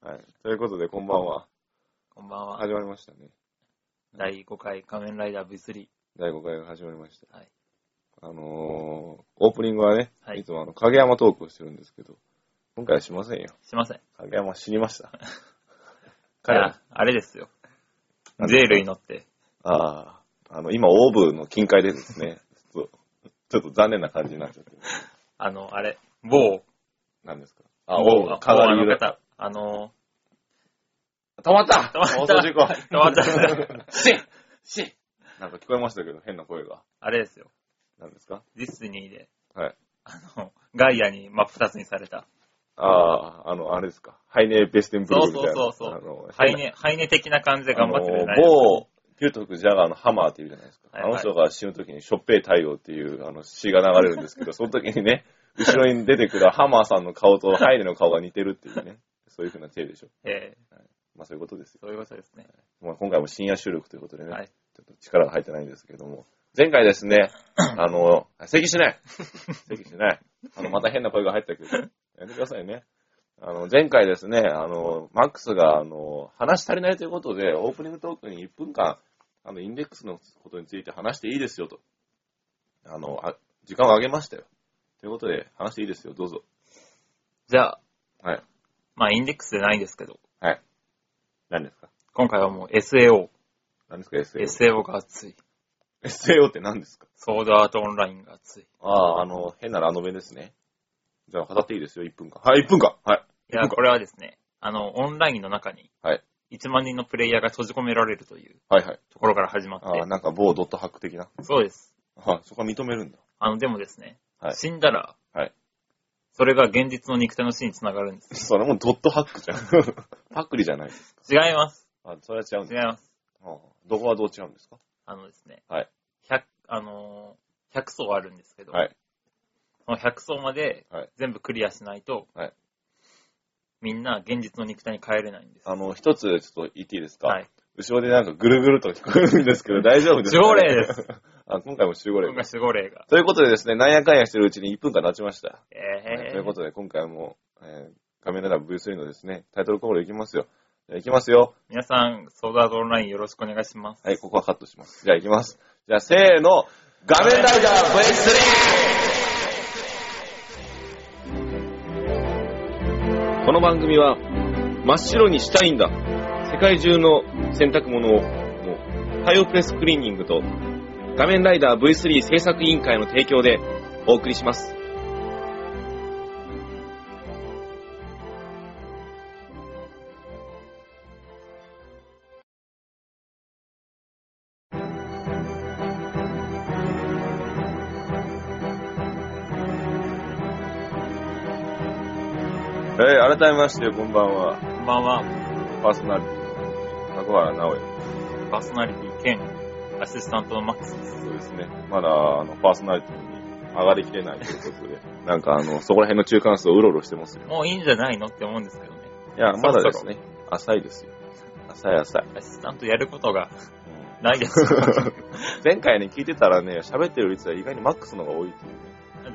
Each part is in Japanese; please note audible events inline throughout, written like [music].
はい。ということで、こんばんは。こんばんは。始まりましたね。第5回仮面ライダー V3。第5回が始まりました。はい。あのー、オープニングはね、はいいつもあの、影山トークをしてるんですけど、今回はしませんよ。すいません。影山死にま [laughs] した。彼いはや、あれですよな。んですかゼールに乗って。ああ、あの、今、オーブの近海でですね、 [laughs] ちょっと、ちょっと残念な感じになっちゃってる。あの、あれ、某、何ですか某あ、オーブ、某あ鏡の色。方、あの、止まった止まった放送事故止まった。シッシッ [laughs] なんか聞こえましたけど、変な声が。あれですよ。何ですかディスニーで、はい。あの、ガイアに真っ二つにされた、ああ、あの、あれですか。ハイネベステンブルクみたいな。そうそうそうそうハイネ、ハイネ的な感じで [laughs] 頑張ってるじゃあないのです某、か。ピュートフジャガーのハマーっていうじゃないですか。はいはいあの人が死ぬときに、しょっぺい太陽っていうあの詩が流れるんです [laughs] けど、その時にね、後ろに出てくるハマーさんの顔とハイネの顔が似てるっていうね、そういうふうな手でしょ。ええまあそういうことですよ。そういうことですね。まあ、今回も深夜収録ということでね、はい。ちょっと力が入ってないんですけども、前回です [laughs] ね、あの、咳しない咳しない。あの、また変な声が入ったけど、や [laughs] めてくださいね。あの、前回ですね、あの、マックスが、あの、話足りないということで、オープニングトークに1分間、あの、インデックスのことについて話していいですよと。あの、あ時間をあげましたよ。ということで、話していいですよ、どうぞ。じゃあ、はい。まあ、インデックスでないんですけど、はい。何ですか今回はもう SAO。何ですか ?SAO。 SAO が熱い。 SAO って何ですかソードアートオンラインが熱い。ああ、あの、変なラノベですね。じゃあ、語っていいですよ、1分間。はい、1分間はい。いや、これはですね、あの、オンラインの中に、はい。 1万人のプレイヤーが閉じ込められるというはいはい。ところから始まっああ、て、なんか某ドットハック的な。そうです。あそこは認めるんだ。あの、でもですね、はい死んだら、はいそれが現実の肉体の死につながるんです。それもドットハックじゃ [laughs] ん。パクリじゃないですか。違います。あ、それは違うん違いですます。か。ああどこはどう違うんですかあのですね、はい100、あのー、100層あるんですけど、はい。その100層まではい全部クリアしないと、はいみんな現実の肉体に帰れないんです。あの、一つちょっと言っていいですかはい。後ろでなんかぐるぐると聞こえるんですけど、大丈夫ですか守護霊です。あ、今回も守護今霊回。守護霊が。ということでですね、なんやかんやしてるうちに1分間経ちました。えー、ということで、今回も、えー、仮面ライダー V3 のですね、タイトルコールいきますよ。じゃあいきますよ。皆さん、ソードアートオンラインよろしくお願いします。はい、ここはカットします。じゃあ行きます。じゃあ、せーの、画面ライダー V3! この番組は、真っ白にしたいんだ。世界中の洗濯物を、太陽プレスクリーニングと、画面ライダー V3 制作委員会の提供でお送りします。えー、改めまして、こんばんは。こんばんは、パーソナリティ、高原直也。パーソナリティ兼アシスタントのマックスです。そうですね。まだ、あの、パーソナリティに上がりきれないということ [laughs] で、なんかあの、そこら辺の中間層をうろうろしてますよ。もういいんじゃないのって思うんですけどね。いや、そろそまろだですね。浅いですよ。浅い浅い。アシスタントやることがうんないです。 [laughs] 前回ね、聞いてたらね、喋ってる率は意外にマックスの方が多いっていうね。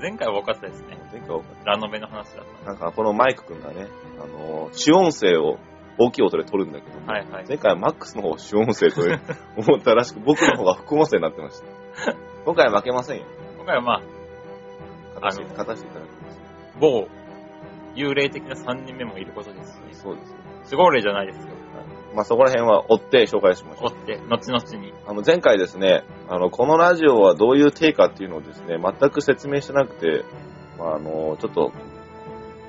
前回は多かったですね。前回多かっラノベの話だったなんかこのマイク君がね、あの、主音声を大きい音で撮るんだけど、の。はいはい。前回はマックスの方を主音声と思ったらしく、僕の方が副音声になってました。今回は負けませんよ。今回はまあ、勝たしてあの勝たしていただきます。某幽霊的な3人目もいることですし、そうですね。守護霊じゃないですよ。まあそこら辺は追って紹介しましょう追。って、後々に。あの、前回ですね、あの、このラジオはどういう体かっていうのをですね、全く説明してなくて、まあ、あの、ちょっと、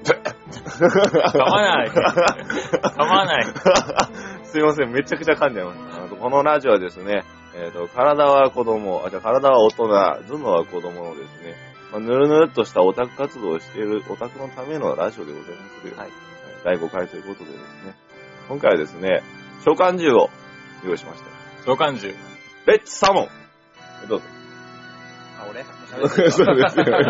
噛まない。噛まない。 [laughs] すいません、めちゃくちゃ噛んじゃいました。あのこのラジオはですね、えっ、と、体は子供、あ、じゃあ体は大人、頭脳は子供のですね、まあ、ぬるぬるっとしたオタク活動をしているオタクのためのラジオでございますよ。はい第5回ということでですね、今回はですね、召喚獣を用意しました。召喚獣。レッツサモンどうぞ。あ、俺 [laughs] そうですよ。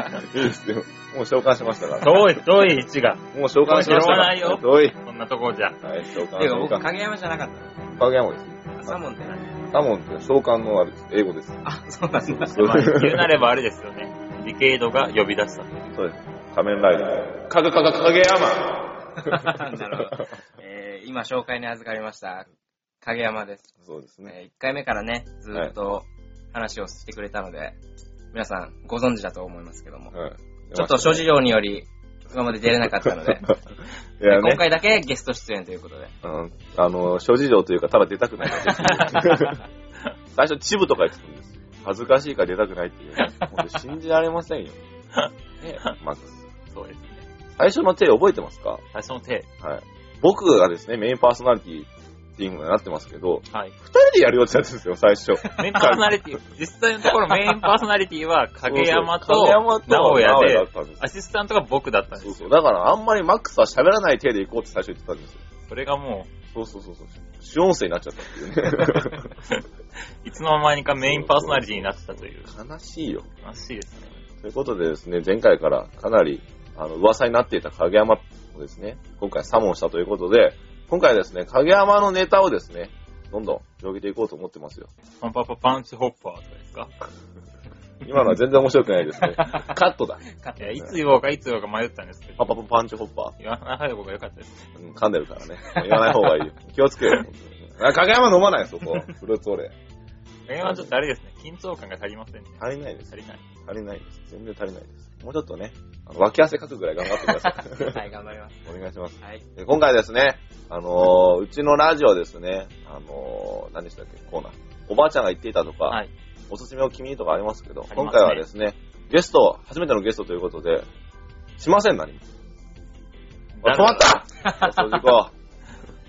いいですよ。もう召喚しましたから。遠い、遠い位置が。もう召喚しましたから。もう拾わないよおい。こんなとこじゃ。はい、召て喚。か召僕、喚。影山じゃなかった影山です。の。サモ [laughs] ンって何サモンって召喚のあれです。英語です。あ、そうなんだ。そうまあ、言うなればあれですよね。ディケイドが呼び出したという。そうです。仮面ライダー。かがかが影山なるほど。えー今紹介に預かりました、影山です。そうですね。え1回目からね、ずーっと話をしてくれたので、皆さんご存知だと思いますけども、はい。ちょっと諸事情により、今まで出れなかったので、 [laughs] いや今ね、回だけゲスト出演というこ [laughs] とで。うん、あの、諸事情というか、ただ出たくないだけっていう [laughs] 最初、チブとか言ってたんですよ。恥ずかしいから出たくないっていう。本当信じられませんよ。ね、まず、そうですね。最初の手覚えてますか最初の手。はい。僕がですね、メインパーソナリティっていうのになってますけど、はい。二人でやる予定だったんですよ、最 [laughs] 初。メインパーソナリティ、実際のところメインパーソナリティは影山そうそう影と山と直哉だで、ったんですアシスタントが僕だったんそでうすそう。よ。だから、あんまりマックスは喋らない手で行こうって最初言ってたんですよ。それがもそうそうそうそう。主音声になっちゃったっていうね。う、いつの間にかメインパーソナリティになってたという。悲しいよ。 [laughs] 悲しいですね。ということでですね、前回からかなり、あの、噂になっていた影山をですね、今回サモンしたということで、今回はですね、影山のネタをですね、どんどん広げていこうと思ってますよ。パンパパパンチホッパーとかですか今のは全然面白くないです [laughs] ね。カットだ。いや、いつ言おうかいつ言おうか迷ったんですけパど、パパパンチホッパ言わない方が良かったです。ー。うん噛んでるからね。言わない方がいいよ。気をつけよ。本当にあ影山飲まないそこ。フルーツオレ。影山はちょっとあれですね、緊張感が足りませんね。足りないです。足りない。足りないです。全然足りないです。もうちょっとね、あの脇汗かくぐらい頑張ってください。 [laughs] はい、頑張ります。お願いします。はい。で今回ですね、あのーうちのラジオですね、あのー何でしたっけ、コーナー。おばあちゃんが言っていたとか、はいおすすめを君にとかありますけど、ますね今回はですね、ゲスト、初めてのゲストということで、しません、何も。あ止まった放送事故、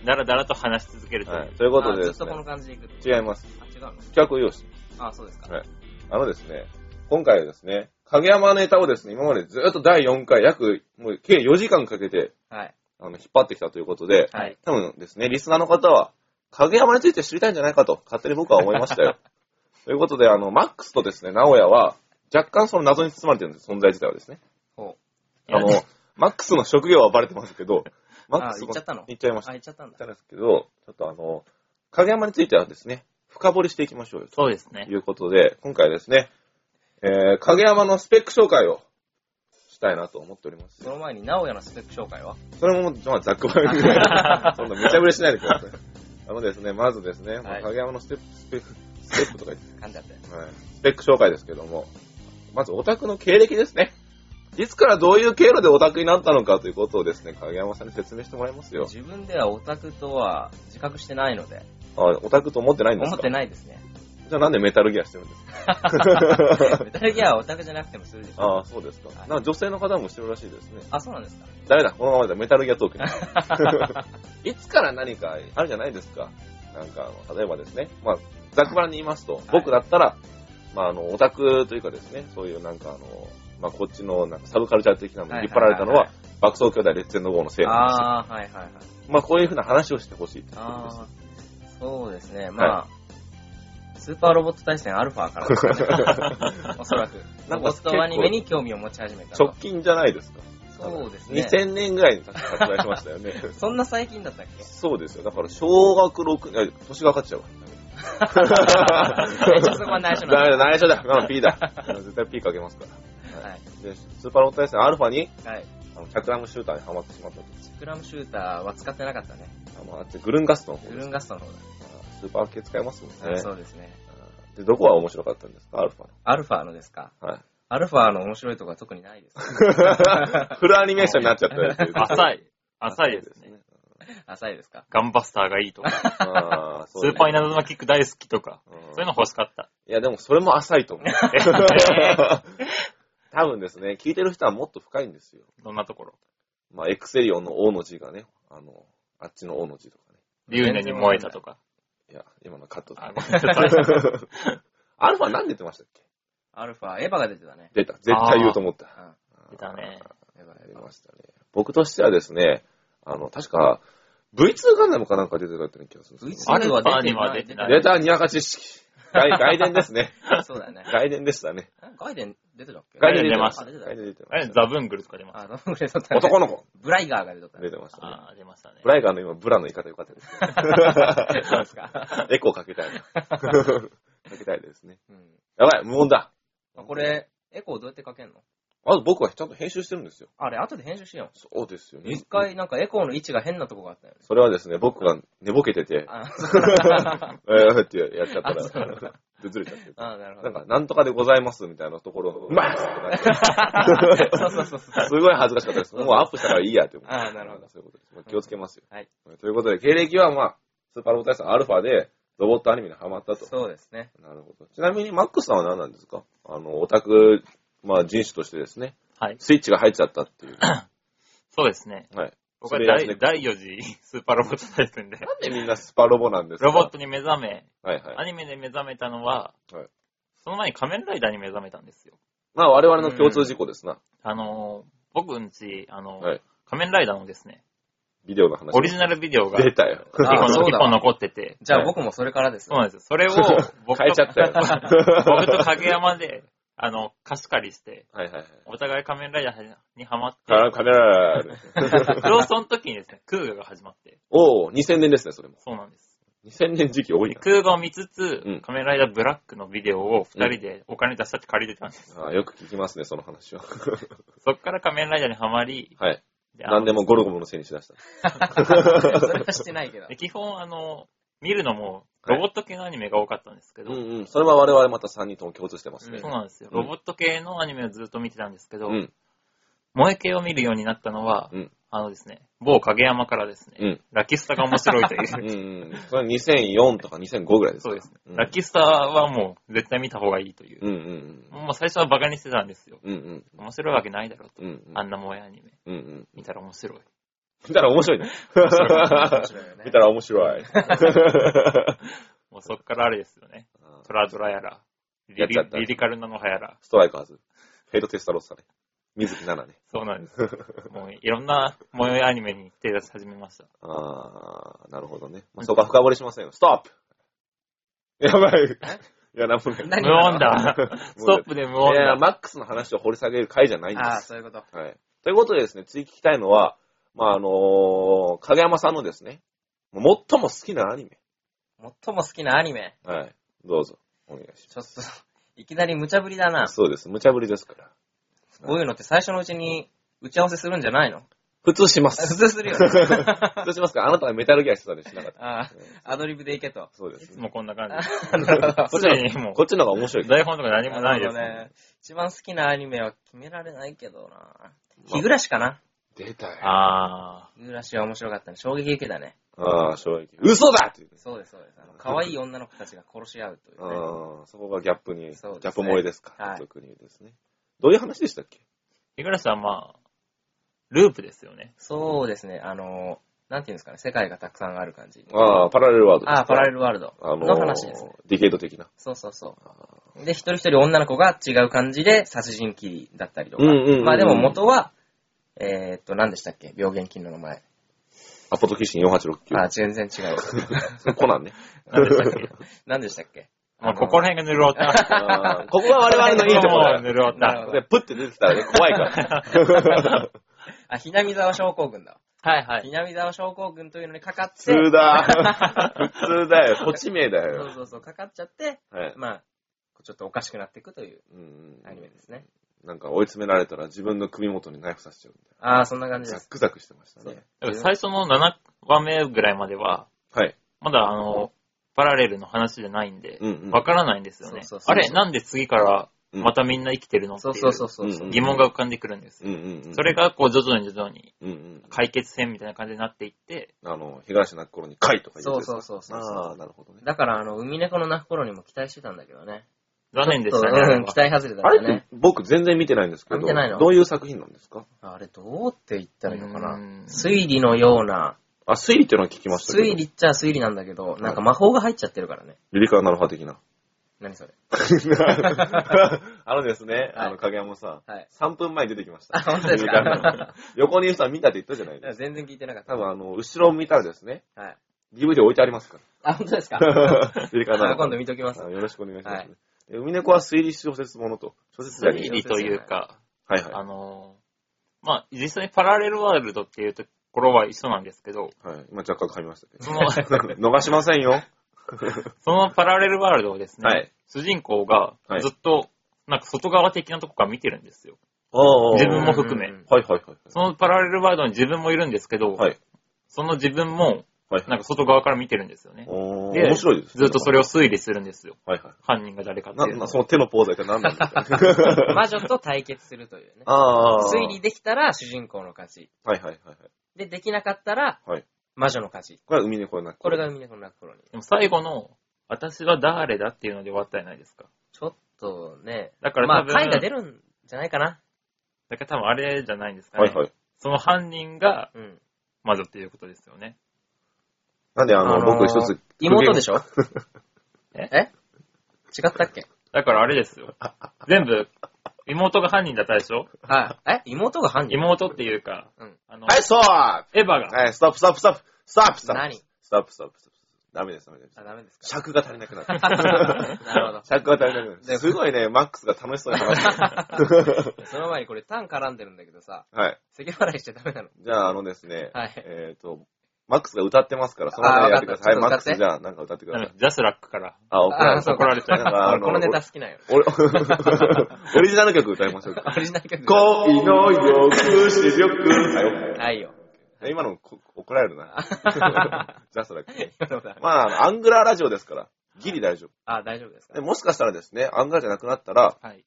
だらだらと話し続けるという。はい。ということであずでっすとこのね、感じでいくと。違います。あ、違うの企画を用意してます。あ、そうですか。はいあのですね、今回はですね、影山ネタをですね、今までずっと第4回、約、もう計4時間かけて、はい。あの、引っ張ってきたということで、はい。多分ですね、リスナーの方は、影山について知りたいんじゃないかと、勝手に僕は思いました [laughs] よ。ということで、あの、マックスとですね、直哉は、若干その謎に包まれてるんです、存在自体はですね。ほあの、マックスの職業はバレてますけど、マック [laughs] あ、ス行っちゃったの言っちゃいました。あ、言っ行っちゃったんだちゃ。いましたけど、ちょっとあの、影山についてはですね、深掘りしていきましょうよ、そうですねと。いうことで、今回はですね、えー、影山のスペック紹介をしたいなと思っておりますそ。の前に、直哉のスペック紹介はそれも、まあ、ざっくば [laughs] らんにぐらい。そんな無茶ぶりしないでください。あのですね、まずですね、まあはい影山のステップ、スペック、ステップとか言って、噛んじゃって。はいスペック紹介ですけども、まずオタクの経歴ですね。いつからどういう経路でオタクになったのかということをですね、影山さんに説明してもらいますよ。自分ではオタクとは自覚してないので、あ、オタクと思ってないんです思かってないです [laughs] ね。じゃあなんでメタルギアしてるんですか [laughs] メタルギアはオタクじゃなくてもするでしょ。ああ、そうですか。はいなんか女性の方もしてるらしいですね。あ、そうなんですか。ダメだ、このままだメタルギアトーク [laughs] に。いつから何かあるじゃないですか。なんかあの、例えばですね、まあ、ざっくばらんに言いますと、僕だったら、まあ、あの、オタクというかですね、そういうなんかあの、まあ、こっちのなんかサブカルチャー的なのに引っ張られたのは、はいはい爆走兄弟レッツェンドゴーのせいなんですよ。ああ、はいはいはい。まあ、こういうふうな話をしてほしいってことです。ああ、そうですね。まあ、スーパーロボット対戦アルファか [laughs] らです [laughs] かね。おそらく。なロんボかットアニメに興味を持ち始めたの直は。近じゃないですか。そうですね。 2000年ぐらいに確か発売しましたよ [laughs] ね。そんな最近だったっけそうですよ。だから、小学6、いや年が分かっちゃうわ。 [laughs] 一応そこは内 [laughs] 緒ダメなだ、んだ。内緒だ。今の P だ。絶対 P かけますから。はい。で、スーパーロボット対戦アルファに、はい。あの、100ラムシューターにハマってしまったと。スクラムシューターは使ってなかったね。あの、あっちグルンガストの方グでルすンかガストの方だ。あスーパー系使いますもんね。そうですね。で、どこが面白かったんですかアルフ [laughs] ァアルファのですかの。はい。アルファの面白いとこは特にないです。 [laughs] フルアニメーションになっちゃったよという浅い。浅いですね。。浅いですかガンバスターがいいとか、あーそうスねーパーイナズマキック大好きとか、うんそういうの欲しかった。いや、でもそれも浅い [laughs] と思う。多分ですね、聞いてる人はもっと深いんですよ。どんなところまあ、エクセリオンの O の字がね、あの、あっちの O の字とかね。竜ネに燃えたとか。いや、今のカットだあ、ねごめんなさい。 [laughs] アルファ何出てましたっけアルファ、エヴァが出てたね。出た。絶対言うと思った。出たね。うん。エヴァやエりヴァましたね。僕としてはですね、あの、確か、V2 ガンダムかなんか出てたって気がするんですけ V2 ど。アルファには出てあなれ出い。た、にわか知識。外外伝ですね。 [laughs] そ [laughs] うだね。外伝でしたね。ガイデン出てたっけ外伝出まあした出てた外伝出てあまれ、した。ザブングルとか出まし。あ、どう [laughs] も出とったね男の子。ブライガーが出とったね。出てましたたね。あー、出ましたねブ。ライガーの今、ブラの言い方良かったですね。そう [laughs] ですか。エコーかけたいな。かけたいですね。 [laughs] うんやばい、無音だ。まあこれ、エコーどうやってかけんのあと僕はちゃんと編集してるんですよ。あれ、後で編集しよそうですよう。ね一。回、なんかエコーの位置が変なとこがあったよね。それはですね、僕が寝ぼけてて、あ、 [laughs] えーってやっちゃったあそうなんら、でずれちゃってる。あなるほなんど。か、なんとかでございますみたいなところの、うまいそうそうそうそう。すごい恥ずかしかったです。もうアップしたからいいやって思って。あーなるほどそういうことです。まあ気をつけますよ。はい。ということで、経歴はまあ、スーパーロボット大戦アルファで、ロボットアニメにハマったと。そうですね。なるほど。ちなみに、マックスさんは何なんですかあの、オタク、まあ、人種としてですね、はい。スイッチが入っちゃったって [coughs] いう。そうですね。はい。僕はそれやらせ第,、て第4次 [laughs] スーパーロボット対戦で、なんでみんなスパロボなんですかロボットに目覚め、はいはい。アニメで目覚めたのは、はいその前に仮面ライダーに目覚めたんですよ。まあ、我々の共通事項ですな。あのー、僕んち、あのー、はい仮面ライダーのですね、ビデオの話。オリジナルビデオが出一たよ。あ本そう一だ本残ってて、じゃあ僕もそれからです。そうなんですよ。それを [laughs] 僕変えちゃったよ。と、 [laughs] 僕と影山で、あの、貸し借りして、はいはいはい。お互い仮面ライダーにハマって、カラカメララ [laughs] クロその時にですね、クーガが始まって、おお、2000年ですね、それも。そうなんです。 2000年時期 [laughs] 多いな。クーガを見つつ、うん仮面ライダーブラックのビデオを二人でお金出したって借りてたんです。あーよく聞きますね、その話は。そっから仮面ライダーにハマり、はい。であの何でもゴルゴムのせいにしだした。[laughs] [laughs] それはしてないけどで。基本あの、見るのも、はいロボット系のアニメが多かったんですけど、うんうん。それは我々また3人とも共通してますねそう。なんですよ。うんロボット系のアニメをずっと見てたんですけうど、ん。萌え系を見るようになったのは、うんあのですね、某影山からですね、うんラキスタが面白いという [laughs] うんうん。それは2004とか2005ぐらいですかそうですね。うんラキスタはもう絶対見た方がいいという。うんうんもう最初はバカにしてたんですよ。うん。うんうん。面白いわけないだろうと。うんうん。あんな萌えアニメ。うんうん。見たら面白い。見たら面白いね。面白いよね見たら面白い。もうそっからあれですよね。トラドラやら、リやっリちゃったリリカルなのはやら。ストライカーズ。ヘイトテスタロスだね。水木奈々ね。そうな [laughs] んです。もういろんな萌えアニメに手出し始めました。あー、なるほどね。まあ、そこは深掘りしませんよ。ストップやばい。いや、なんもない。何無音だ。 [laughs] ストップで無音いや、だ。マックスの話を掘り下げる回じゃないんでああ、す。そういうこと。はい。ということでですね、次聞きたいのは、まあ、あのー影山さんのですね、最も好きなアニメ。最も好きなアニメ。はい。どうぞ。お願いしちょっと、いきなり無茶ぶりだなま。す。そうです。無茶ぶりですから。こういうのって最初のうちに打ち合わせするんじゃない [laughs] の普通しま普す。通 [laughs] するよね。普通しますから、あなたはメタルギアしてたりしなかった。ああ、アドリブでいけと。そうでいすつ。もこんな感じ。なるほどすでにも、こっちの方が面白いうから。台本とか何もないです。ね。一番好きなアニメは決められないけどな。まあ日暮らしかな。出たよ。あ日暮らしは面白かったね。衝撃受けたね。ああ、正直。嘘だって言って。そうです、そうです。あの可愛い女の子たちが殺し合うというね。ああ、そこがギャップに、ギそうですねャップ萌えですか。はい俗に言うですね。どういう話でしたっけー、日暮はまあ、ループですよね。そうですね。あの、なんていうんですかね。世界がたくさんある感じ。ああ、パラレルワールドですあか。あ、パラレルルワールドあのーの話ですね。ディケード的な。そうそうそあう。で、一人一人女の子が違う感じで殺人鬼だったりとか。うんうんうんうんまあでも元は、えー、っと、何でしたっけ病原菌の名前。アポトキシン4869。あー、全然違 [laughs] う。それコナンね。何でしたっけ何でしたっけまあ、ここら辺がぬるおった。あ [laughs] あここが我々のいいところだもうぬるおっなた。るほよ。どで、プッて出てきたらね、怖い [laughs] から。あ、ひなみざわ症候群だわ。はいはひい。なみざわ症候群というのにかかって、普通だ。普通だよ。土地名だそうよ。そうそう、かかっちゃって、はい。まあ、ちょっとおかしくなっていくといううんうんアニメですね。なんか追い詰められたら自分の首元にナイフ刺しちゃうみたいああ、そんな感な。じザでッす。クザクしてましたそうね。だから最初の7話目ぐらいまでは、はい。まだあの、パラレルの話じゃないんでう、んうん。わからないんですよねそうそう。そうあれ、なんで次からうんまたみんな生きてるのってそいうそうそううそうそうう。ん疑問が浮かんでくるんですうよ。んうんうん。それがこう徐々に徐々にうんうん。解決戦みたいな感じになっていって、あの、被害者泣く頃に貝とか言そううやつですそかうそうそう。ああ、なるほどね。だから、あの、海猫の泣く頃にも期待してたんだけどね。残念でしたね。ちょっあれとうはん、期待外れだあったれっねて。僕全然見てないんですけあど、見てないのどういう作品なんですかあれ、どうって言ったらいいのかう。なん推理のような、あ、推理っていうのは聞きましたけど。推理っちゃ推理なんだけど、なんか魔法が入っちゃってるからね。リリカナル派的な。何それ。 [laughs] あのですね、あの、影山さん、はい。 3分前に出てきました。あ本当ですかリリカナル横にいる人は見たって言ったじゃないですか。全然聞いてなかっ多分あの、後ろを見たらですね、た。はい。 DVD 置いてありますかあ、本当で [laughs] すから。リリカナル今度派。見ときますあ。よろしくお願いします、はねいで海猫は推理小説ものと。小説じゃ推ねえよ理というか、はいはあのー、まあ、実際にパラレルワールドっていうところは一緒なんですけど、い。はい。今若干噛みましたけど。その、 [laughs] 逃しませんよ。そのパラレルワールドをですね、はい主人公がはいずっと、なんか外側的なとこから見てるんですよ。自分も含めはいはいはい。そのパラレルワールドに自分もいるんですけど、はい。その自分も、はい。なんか外側から見てるんですよね。おーで面白いですね。ずっとそれを推理するんですよ。はいは犯人が誰かっい。てな、いうのなはその手のポーズは一体何なんですか [laughs] 魔女と対決するというね。あー推理。できたら主人公の勝ち。はいはいはいはい。で、できなかったらはい、魔女の勝ち。これは海にこれなこれが海猫の泣く頃に。でも最後の、私は誰だっていうので終わったじゃないですか。ちょっとね、だから多まあ、分、回が出るんじゃないかな。だから多分あれじゃないんですかね。はいはい。その犯人がうん。魔女っていうことですよね。なんであの、あのー僕一つ。妹でしょええ違ったっけだからあれですよ。全部、妹が犯人だったでしょはい。え妹が犯人妹っていうか、うんあの、はい、そうはエヴァが、い、ストップストップストップストップストップ何ストップストップストップ。ダメです、ダメですあ、。ダメですか尺が足りなくなる。なるほど。尺が足りなくなでる。すごいね、マックスが楽しそうに話して [laughs] るその前にこれ、タン絡んでるんだけどさ、はい。咳払いしちゃダメなの。じゃあ、あのですね、はいえっと、マックスが歌ってますから、そのあ辺ーやってください。はい、わマかッっクたス、ちじゃあ、なんか歌ってくだあさのい。ジャスラックから、あ、怒られあーそた。うか怒られちゃう。なん [laughs] か、あ俺のこのネタ好きな [laughs] んよ。俺、オリジナル曲歌いましょう [laughs] か。オリジナル曲恋の抑止力。はいないよ。 [laughs] よ今のこ怒られるな。ジャスラック。今のだまあ、アングラーラジオですから、ギリ大丈あ、大丈夫です夫。でかもしかしたらですね、アングラじゃなくなったら、はい。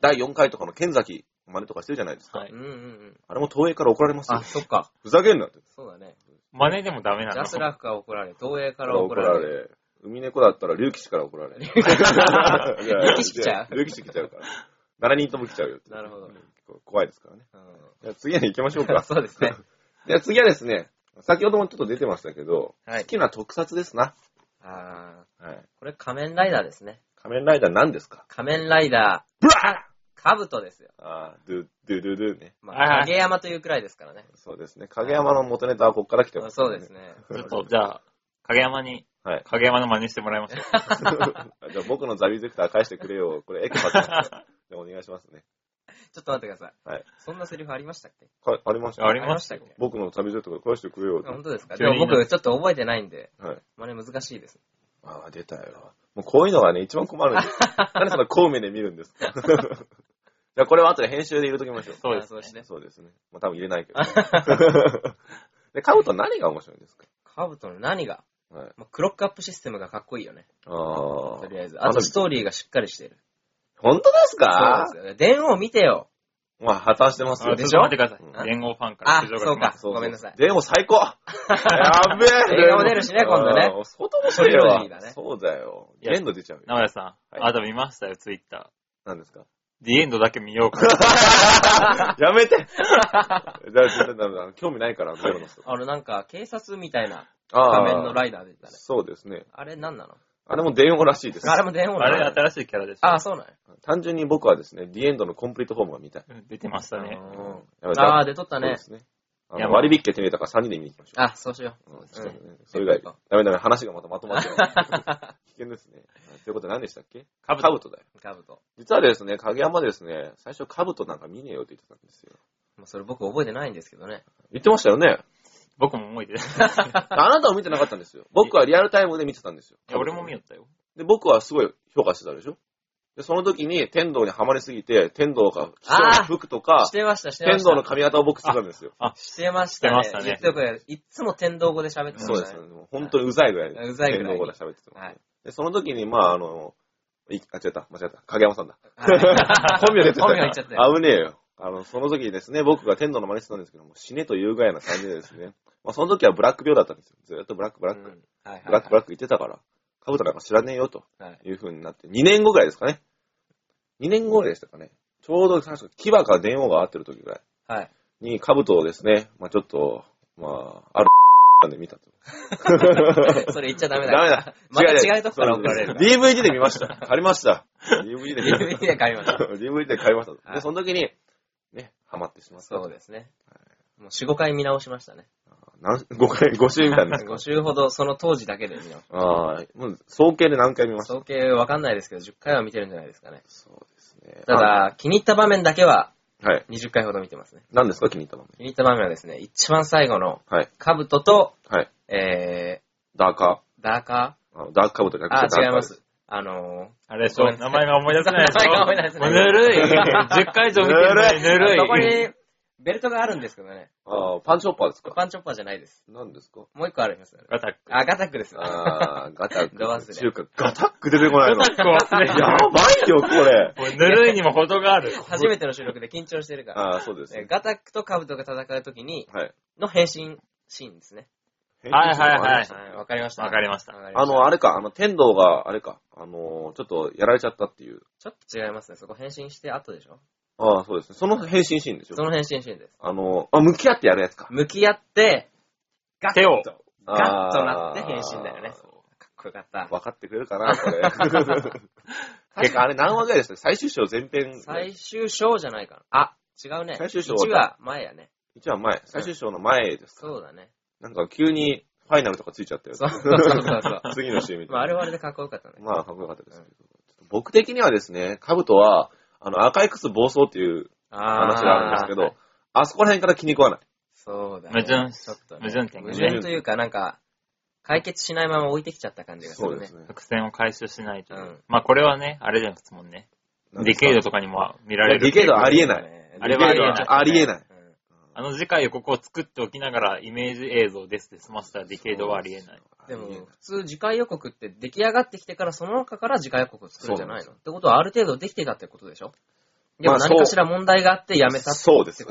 第4回とかの剣崎真似とかしてるじゃないですか。はいうん。うんうん。あれも東映から怒られますよあ、。そっか。ふざけんなって。そうだね。真似でもダメなジの。ャスラックから怒られ、東映から怒怒らられ。れ。海猫だったら、龍吉から怒ら [laughs] れ。龍吉来ちゃう龍吉来ちゃうから。7人とも来ちゃうよって。なるほど。怖いですからね。うじゃあ次に行きましょうか [laughs] ん。そうです [laughs] ね。じゃあ次はですね、先ほどもちょっと出てましたけど、はい好きな特撮ですな。あーはい。これ仮面ライダーですね。仮面ライダー何ですか仮面ライダブラー、カブトですよ。ーあー、ドゥ、ドゥドゥドゥね。まはいあ、はい影山というくらいですからね。そうですね。影山の元ネタはここから来てます、そうですね。ね。ちょっと、じゃあ、影山に、はい。影山の真似してもらいま [laughs] しょう。 [laughs] じゃあ僕のザビーゼクター返してくれよ。これエコパス。[laughs] じゃあお願いしますね。ちょっと待ってください。はい。そんなセリフありましたっけかありましたありましたよあり。僕のザビーゼクター返してくれよ。あ本当ですか急でにも僕ちょっと覚えてないんで、はい。真似難しいです。ああ、出たよ。もうこういうのがね、一番困るんです [laughs] よ。なんでそんな孔明で見るんですか [laughs] じゃあこれは後で編集で入れときましょう。そうですあね。してそうですね。まあ多分入れないけ [laughs] ど、ね。で、カブト何が面白いんですカブトの何がかはい。まあクロックアップシステムがかっこいいよね。あとあ。りあえず。あとストーリーがしっかりしてる。本当ですかそうですよね。電話を見てよ。まあ破綻してますあよ。ちでょっしとょ待ってくだうさんい。連合ファンからあ苦情、そがう来まかす。。そうそうごめんなさい。でも最 [laughs] 高やべえ映画も出るしね今度ねあー相当面白いストーリよーがね。そうだよ。いや限度出ちゃうよ。名古屋さん、はいあ、でも見ましたよ、ツイッタ何ですかー。ディエンドだけ見ようか。や [laughs] めてじゃあ、絶対ダメだ。興味ないから、ゼロの人。あの、なんか、警察みたいなあ仮面のイライダーでたね。そうですね。あれ何なのあれも電話らしいです。あれも電話あなれの新しいキャラでしょ。あ、そうなんや単純に僕はですね、ディエンドのコンプリートフォームが見たい。うん出てましたね。やっぱりああー、出とったそうでね。すね。いあやの割引券手に入れたから3人で見に行きましょう。あ、そうしよう。うんそうですねそれ以外、ダメダメ、話がまたまとまってない危険ですね。ということで何でしたっけカブトカブトだよ。カブト。実はですね、影山ですね、最初カブトなんか見ねえよって言ってたんですよ。もうそれ僕覚えてないんですけどね。言ってましたよね。僕も思い出。いあなたは見てなかったんですよ。僕はリアルタイムで見てたんですよ。や、俺も見よったよ。で、僕はすごい評価してたでしょで、その時に天道にはまりすぎて、天道が、師匠の服とかし、てました、してま天し道のた。髪型を僕してたんですよ。してましたしてましたね。言っねておくれいっつも天道語で喋ってましたそうですねよね。もう本当にうざいぐらいで。うざいぐらい天皇語で喋ってたもんね、はいで、その時に、まあ、あの、いあ、違った、間違った。影山さんだ。はい。本名で言っちゃった。本名言っちゃったよ危ねえよ。あの、その時にですね、僕が天皇の真似してたんですけども、死ねというぐらいな感じでですね。 [laughs] まあ、その時はブラック病だったんですよ。ずっとブラック、ブラック、うんはいはいブラック、ブラック言ってたから、カブトなんか知らねえよとはいいう風になって、2年後ぐらいですかね。2年後ぐらいでしたかね。ちょうど確か、牙か電王が合ってる時ぐらいはい。に、カブトをですね、まあ、ちょっと、まあ、あるなんで見たと。それ言っちゃダメだ。ダメだ。また違うとこからそう怒られる。 DVD で見ました。借りま [laughs] した。DVD で見まし。DVD で買いましたた。 DVD で買いました。はで、いその時に、ね、ハマってしまった。そうですね。もう4、5回見直しましたね。何、5回、5週見たんですか5週ほどその当時だけで見直しああ、もう、総計で何回見また。した総計わかんないですけど、10回は見てるんじゃないですかね。そうですね。ただ、気に入った場面だけはあ、はい。 20回ほど見てますね。何ですか気に入った場面。気に入った場面はですね、一番最後の、はい。カブトと、はい。えダーカー、ダーカー。あのダークカブトじゃーなあくてダーカー。ー、違います。。あのあれでしょ名前が思い出せないでしょ名前が思い出せないもうぬるい。10回以上見てるのにぬー、そこるい。にベルトがあるんですけどね。ああ、パンチョッパーですかパンチョッパーじゃないです。何ですかもう一個ありますよね。ガタック。あ、ガタックです。ああ、ガタッど忘ク。れ中華、ガタック出てこないの。ガ [laughs] やタック忘れちゃうばいよ、これ。もうぬるいにも程がある。 [laughs] 初めての収録で緊張してるから。ああ、そうですえね。ガタックとカブトが戦うときに、はい。の変身シーンですね。はいはいはいはい、わかりました。わかりましたわかりまあしたの、あれか、あの、天道が、あれか、あのー、ちょっとやられちゃったっていう。ちょっと違いますね。そこ変身して後でしょああ、そうですね。その変身シーンでしそょ。の変身シーンです。あのー、あ、向き合ってやるやつか。向き合って、ガッ手をと、ガッとなって変身だよね。あーかっこよかった。分かってくれるかな、こ [laughs] れ。結構あれ何話ぐらいでした最終章前編。最終章じゃないかな。あ、違うね。最終章1話前やね。一話前。最終章の前ですか。そうだね。なんか急にファイナルとかついちゃったよ。そうそうそうそう。 [laughs] 次のシーンみたいまな。あ、あれはあれでかっこよかったね。まあ、かっこよかったですけど。ちょっと僕的にはですね、カブトは、あの、赤い靴暴走っていうあー話があるんですけど、あそこら辺から気に食わない。そうだ矛ね。盾ちょっとね矛盾点が矛ね盾というか、なんか、解決しないまま置いてきちゃった感じがすそうるでねす。ね。伏線を回収しないと。うんまあこれはね、あれじゃなくてもんね。なんデですかケイドとかにも見らいやれデる。ケードはありえない。ねあれはありえないありえない。うんあの次回予告を作っておきながらイメージ映像ですで済ませたデケイドはありえない。でもありえない、普通次回予告って出来上がってきてからその中から次回予告を作るんじゃないそうのってことはある程度できてたってことでしょでもまあ何かしら問題があってやめたってそうです。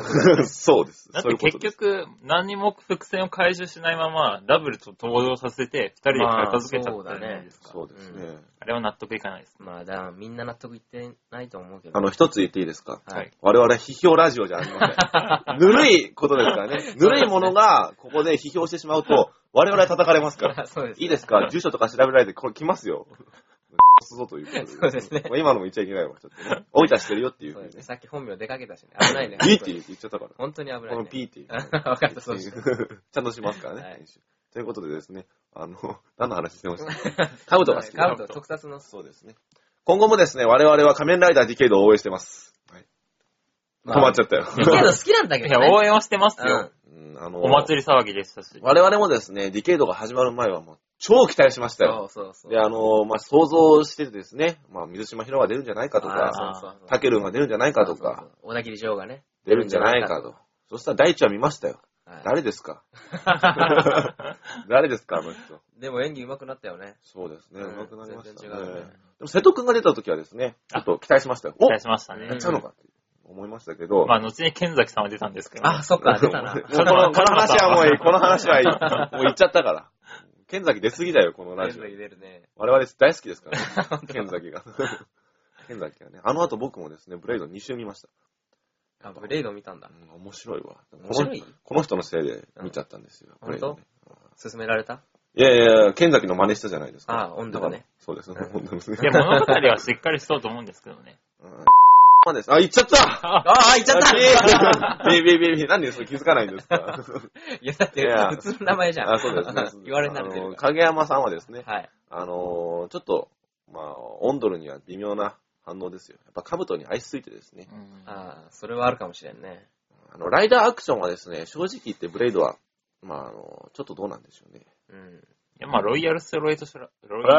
そうです。だっそういてうこと結です。局、何にも伏線を回収しないまま、ダブルと登場させて、二人で片付けちゃったじゃないですか。そうですね。あれは納得いかないです。まあだからみんな納得いってないと思うけど。あの、一つ言っていいですかはい。我々批評ラジオじゃありません。ぬるいことですからね。ぬるいものが、ここで批評してしまうと、我々は叩かれますから。 [laughs] そうです。いいですか [laughs] 住所とか調べられて、これ来ます [laughs] よ。すぞということで。そうですねも今のも言っちゃいけないわ、ちょっと [laughs] ね。おいたしてるよっていうそふううでにすねね。。さっき本名出かけたしね。危ないね。ピーって言っちゃったから。本当に危ない、ね。この [laughs] ピー [laughs] っていう。わかった、そうです。ちゃんとしますからね。はい編集ということでですね、あの、 [laughs] 何の話してましたかカブトが好きカブト、特撮の、そうですね。今後もですね、我々は仮面ライダーディケイドを応援してます。はい。ま止まっちちゃったよ。ゃう。けど好きなんだけいや、どね。応援はしてますよ。 [laughs] うんあのお祭り騒ぎでしたし。我々もですね、ディケイドが始まる前はもう超期待しましたそよ。うそうそう。で、あの、まあ、想像しててですね、まあ、水島ヒロが出るんじゃないかとか、あーそうそうそうタケルンが出るんじゃないかとそうかそ、うそう。小田切城がね。出るんじゃないかと。そしたら第一話見ましたよ。はい誰です [laughs] か誰ですかあの人。でも演技上手くなったよね。そうですね、うん上手くなりましたね。全然違うねでも瀬戸くんが出た時はですね、ちょっと期待しましたよ。おや期待しましたねっ。ちゃうのかって思いましたけど、まあ、後に剣崎さんは出たんですけど。あ、そっか、出た [laughs] なもう。このこの話はもういい、 [laughs] この話はいい。もう言っちゃったから。剣崎出すぎだよ、このラジオ。出るね。我々大好きです [laughs] からね。剣崎が。 [laughs] 剣崎がね。あの後僕もですね、ブレイド2周見ました。あ、ブレイド見たんだ。うん面白いわ。面白いこのこの人のせいで見ちゃったんですよ。うんブレイドね勧められたいやいやいや、剣崎の真似したじゃないですか。あ温度がね。そうですね、温度ですね。で、物語はしっかりしそうと思うんですけどね。うんまあです。 [laughs] あ、行っちゃったああ、行っちゃった [laughs] ビービービービーなんでそれ気づかないんですかいや、だっていや普通の名前 [laughs] じゃん。あ、そうですね [laughs] 。言われ慣れてあるのか影山さんはですね、ら。はい。あのーちょっと、まあ、オンドルには微妙な反応ですよ。やっぱ兜に愛しすぎてですね。うんああ、それはあるかもしれんね。あの、ライダーアクションはですね、正直言ってブレイドは、まあ、あの、ちょっとどうなんでしょうね。うん。いや、まあ、ロイヤルストレートフラ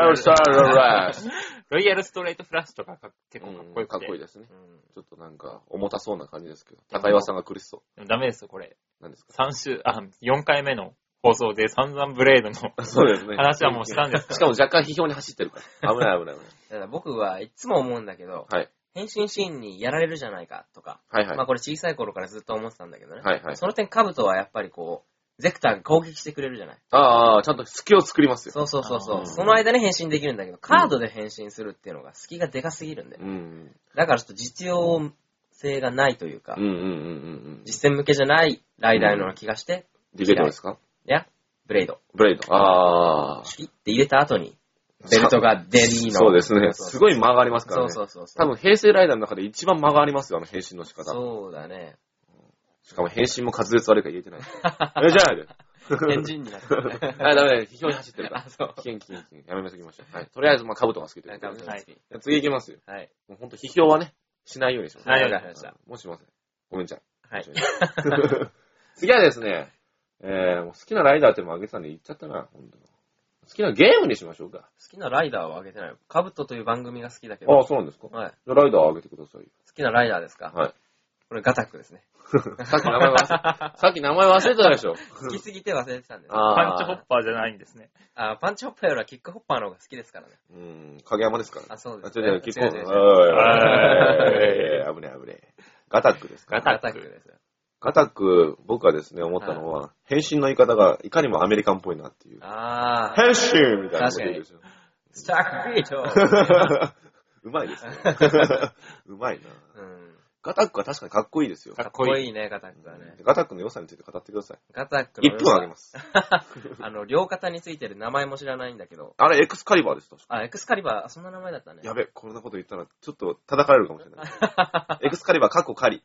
ロ [laughs] ロイヤルストレートフラッシュとかか結構かっこよくて。かっこいいですね。うんちょっとなんか、重たそうな感じですけど、高岩さんが苦しそでもダメですよ、これ。う。なんです [laughs] か3週、あ、4回目の放送で散々ブレイドのそうです [laughs] ね話はもうしたんですかしかも若干批評に走ってるから。危ない危ない危ない。だから僕はいつも思うんだけど、はい。変身シーンにやられるじゃないかとか、はいはい。まあこれ小さい頃からずっと思ってたんだけどね。はいはいその点、カブトはやっぱりこう、ゼクターが攻撃してくれるじゃない。ああ、ちゃんと隙を作りますよ。そうそうそうあそーう。その間に変身できるんだけど、カードで変身するっていうのが隙がでかすぎるんだよ。うん。だからちょっと実用性がないというかうん、うんうんうんうん。実践向けじゃないライダーのような気がして、ディベートですかいや、ブレイド、ブレイド。ああ。ピッて入れた後に、ベルトがデリーの。そうですね。そうそうすごい間がありますからそうね。そうそうそう。多分平成ライダーの中で一番間がありますよ、あの変身の仕方。そうだね。しかも変身も滑舌悪いから言えてない。え、じゃないで。変人になったね。はい、ダメだよ。批評に走ってる [laughs] か [laughs] らあ、。そう。危険、危険、危険。やめましょう、行きましょう。はい。とりあえず、まあ、カブトが好きということ中で村ねさん好きじゃあ次行きますよ。はい。もうほんと、批評はね、しないようにしましょう。はいわかりました。もうしません。ごめんちゃん。はい。 [laughs] 次はですね、えー、もう好きなライダーってもうあげてたんで言っちゃったな、ほんと。好きなゲームにしましょうか。好きなライダーをあげてない。カブトという番組が好きだけああ、ど。そうなんですか。じはい。ゃあライダーあげてくださいよ。好きなライダーですかはい。これガタックですね。さっき名 [laughs] 前忘れ、さっき名前忘れてたでしょ。好きすぎて忘れてたんです。あパンチホッパーじゃないんですね。あー、パンチホッパーよりはキックホッパーの方が好きですからね。うん、影山ですからね。あ、そうです違うね。違う、キックオフ。違う違う違うはい危ねえ危ねえ。ガタックですかガタックですよ。ガタック、僕はですね、思ったのは、変身の言い方がいかにもアメリカンっぽいなっていう。あー、変身みたいなこと言うんですよ。スタックビート [laughs] うまいですね。うまいな。 [laughs] うん。ガタックは確かにかっこいいですよ。かっこいいね、ガタックはね。ガタックの良さについて語ってください。ガタックの良1さ分あげます。あの、両肩についてる名前も知らないんだけど。あれ、エクスカリバーです、確か。あ、エクスカリバー、そんな名前だったね。やべ、こんなこと言ったら、ちょっと叩かれるかもしれない。エクスカリバー、カッコカリ。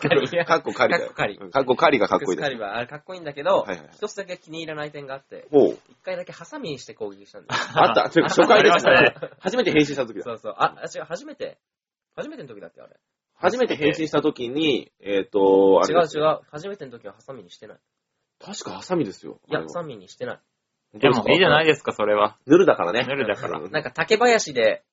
カリカッコカリだよ。カッコカリうんカッコカリがかっこいいでエクスカすリ。バー、あれかっこいいんだけど、はいはいはい一つだけ気に入らない点があって、おう。一回だけハサミにして攻撃したんだよ。あった、ちょ初回ですありね。初めて変身した時だ。そうそう。あ、違う、初めて、初めての時だっけ、あれ。初めて変身した時に、えっと、あ違れうです違よ。う。初めての時はハサミにしてない。確かハサミですよ。いや、あれハはサミにしてない。本で当すもかいいじゃないですか、それは。ヌルだからね。ヌルだからうんなんか竹林で、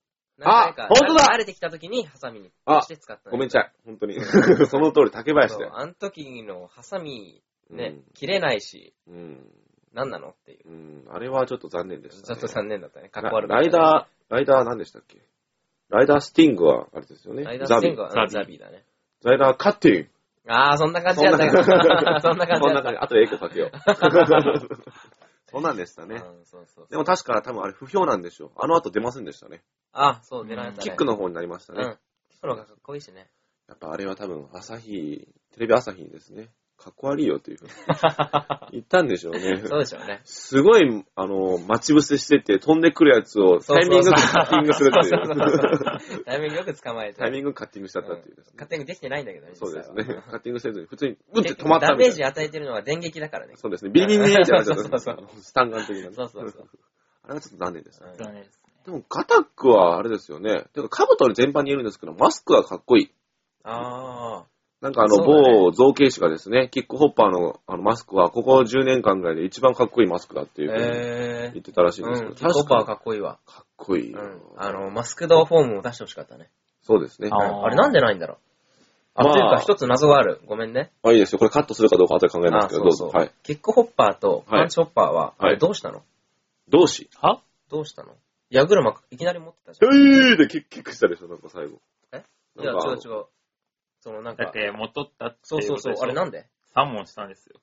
あ何回か本当だ慣れてきた時にハサミにあして使ったのごめんちゃい。本当に。 [laughs] その通り、竹林だそうよ。あの時のハサミ、ね、うん切れないし、うん。何なのっていう。うん。あれはちょっと残念でしたちょね。っと残念だったね。かっラこ悪かラったイダー、ライダー何でしたっけライダースティングは、あれですよね。ライダーザスビティンーグはザビザビーだね。ライダーカッティン。ああ、そんな感じだ [laughs] ったよ。 [laughs] そんな感そじんだなっ感たじ。。あとエコかけ [laughs] よう。そうなんでしたね。うんそうそうそうでも確か多分あれ不評なんでしょう。あの後出ませんでしたね。あ、そう、出られたね。キックの方になりましたうね。ん。キックの方がかっこいいしね。やっぱあれは多分朝日、テレビ朝日にですね、かっこ悪いよって [laughs] いうふうに言ったんでしょうね。そうでしょうね。 [laughs] すごい、あの、待ち伏せしてて、飛んでくるやつをタイミングでカッティングするって [laughs] いう。タイミングよく捕まえて。 [laughs] タイミングカッティングしちゃったっていうですね。カッティングできてないんだけどね。そうです実際ね [laughs] は。カッティングせずに、普通に、うんって止まったダみたいメーなジ。与えてるのは電撃だからね。そうですね。ビリビリビリってなっちゃっそうそうた。スタンガン的なね。そうそうそうあれはちょっと残念ですね。うんだねでも、ガタックはあれですよね。てか、カブトに全般に言えるんですけど、マスクはかっこいい。あなんかあの、そうだね某造形師がですね、キックホッパーのあのマスクは、ここ10年間ぐらいで一番かっこいいマスクだってー。いうふうにへ言ってたらしいんですけうん。ど、キックオ確ッパーかはかっこいいわ。かっこいいよ。うん。あの、マスクドフォームを出してほしかったね。そうですね。あーあれなんでないんだろう。あ、まあというか一つ謎がある。ごめんね。あ、いいですよ。これカットするかどうか後で考えますけど、あどーうぞ。はい。。キックホッパーとパンチホッパーは、あはれいどうしたの同志。はどうしたの矢車、いきなり持ってたじへゃん。ーでキックキックしたでしょ、なんか最後。えいや、なんか違う違う。そのなんだかっ、て、元ったってそうそうそう、あれなんんで3問したんですよ。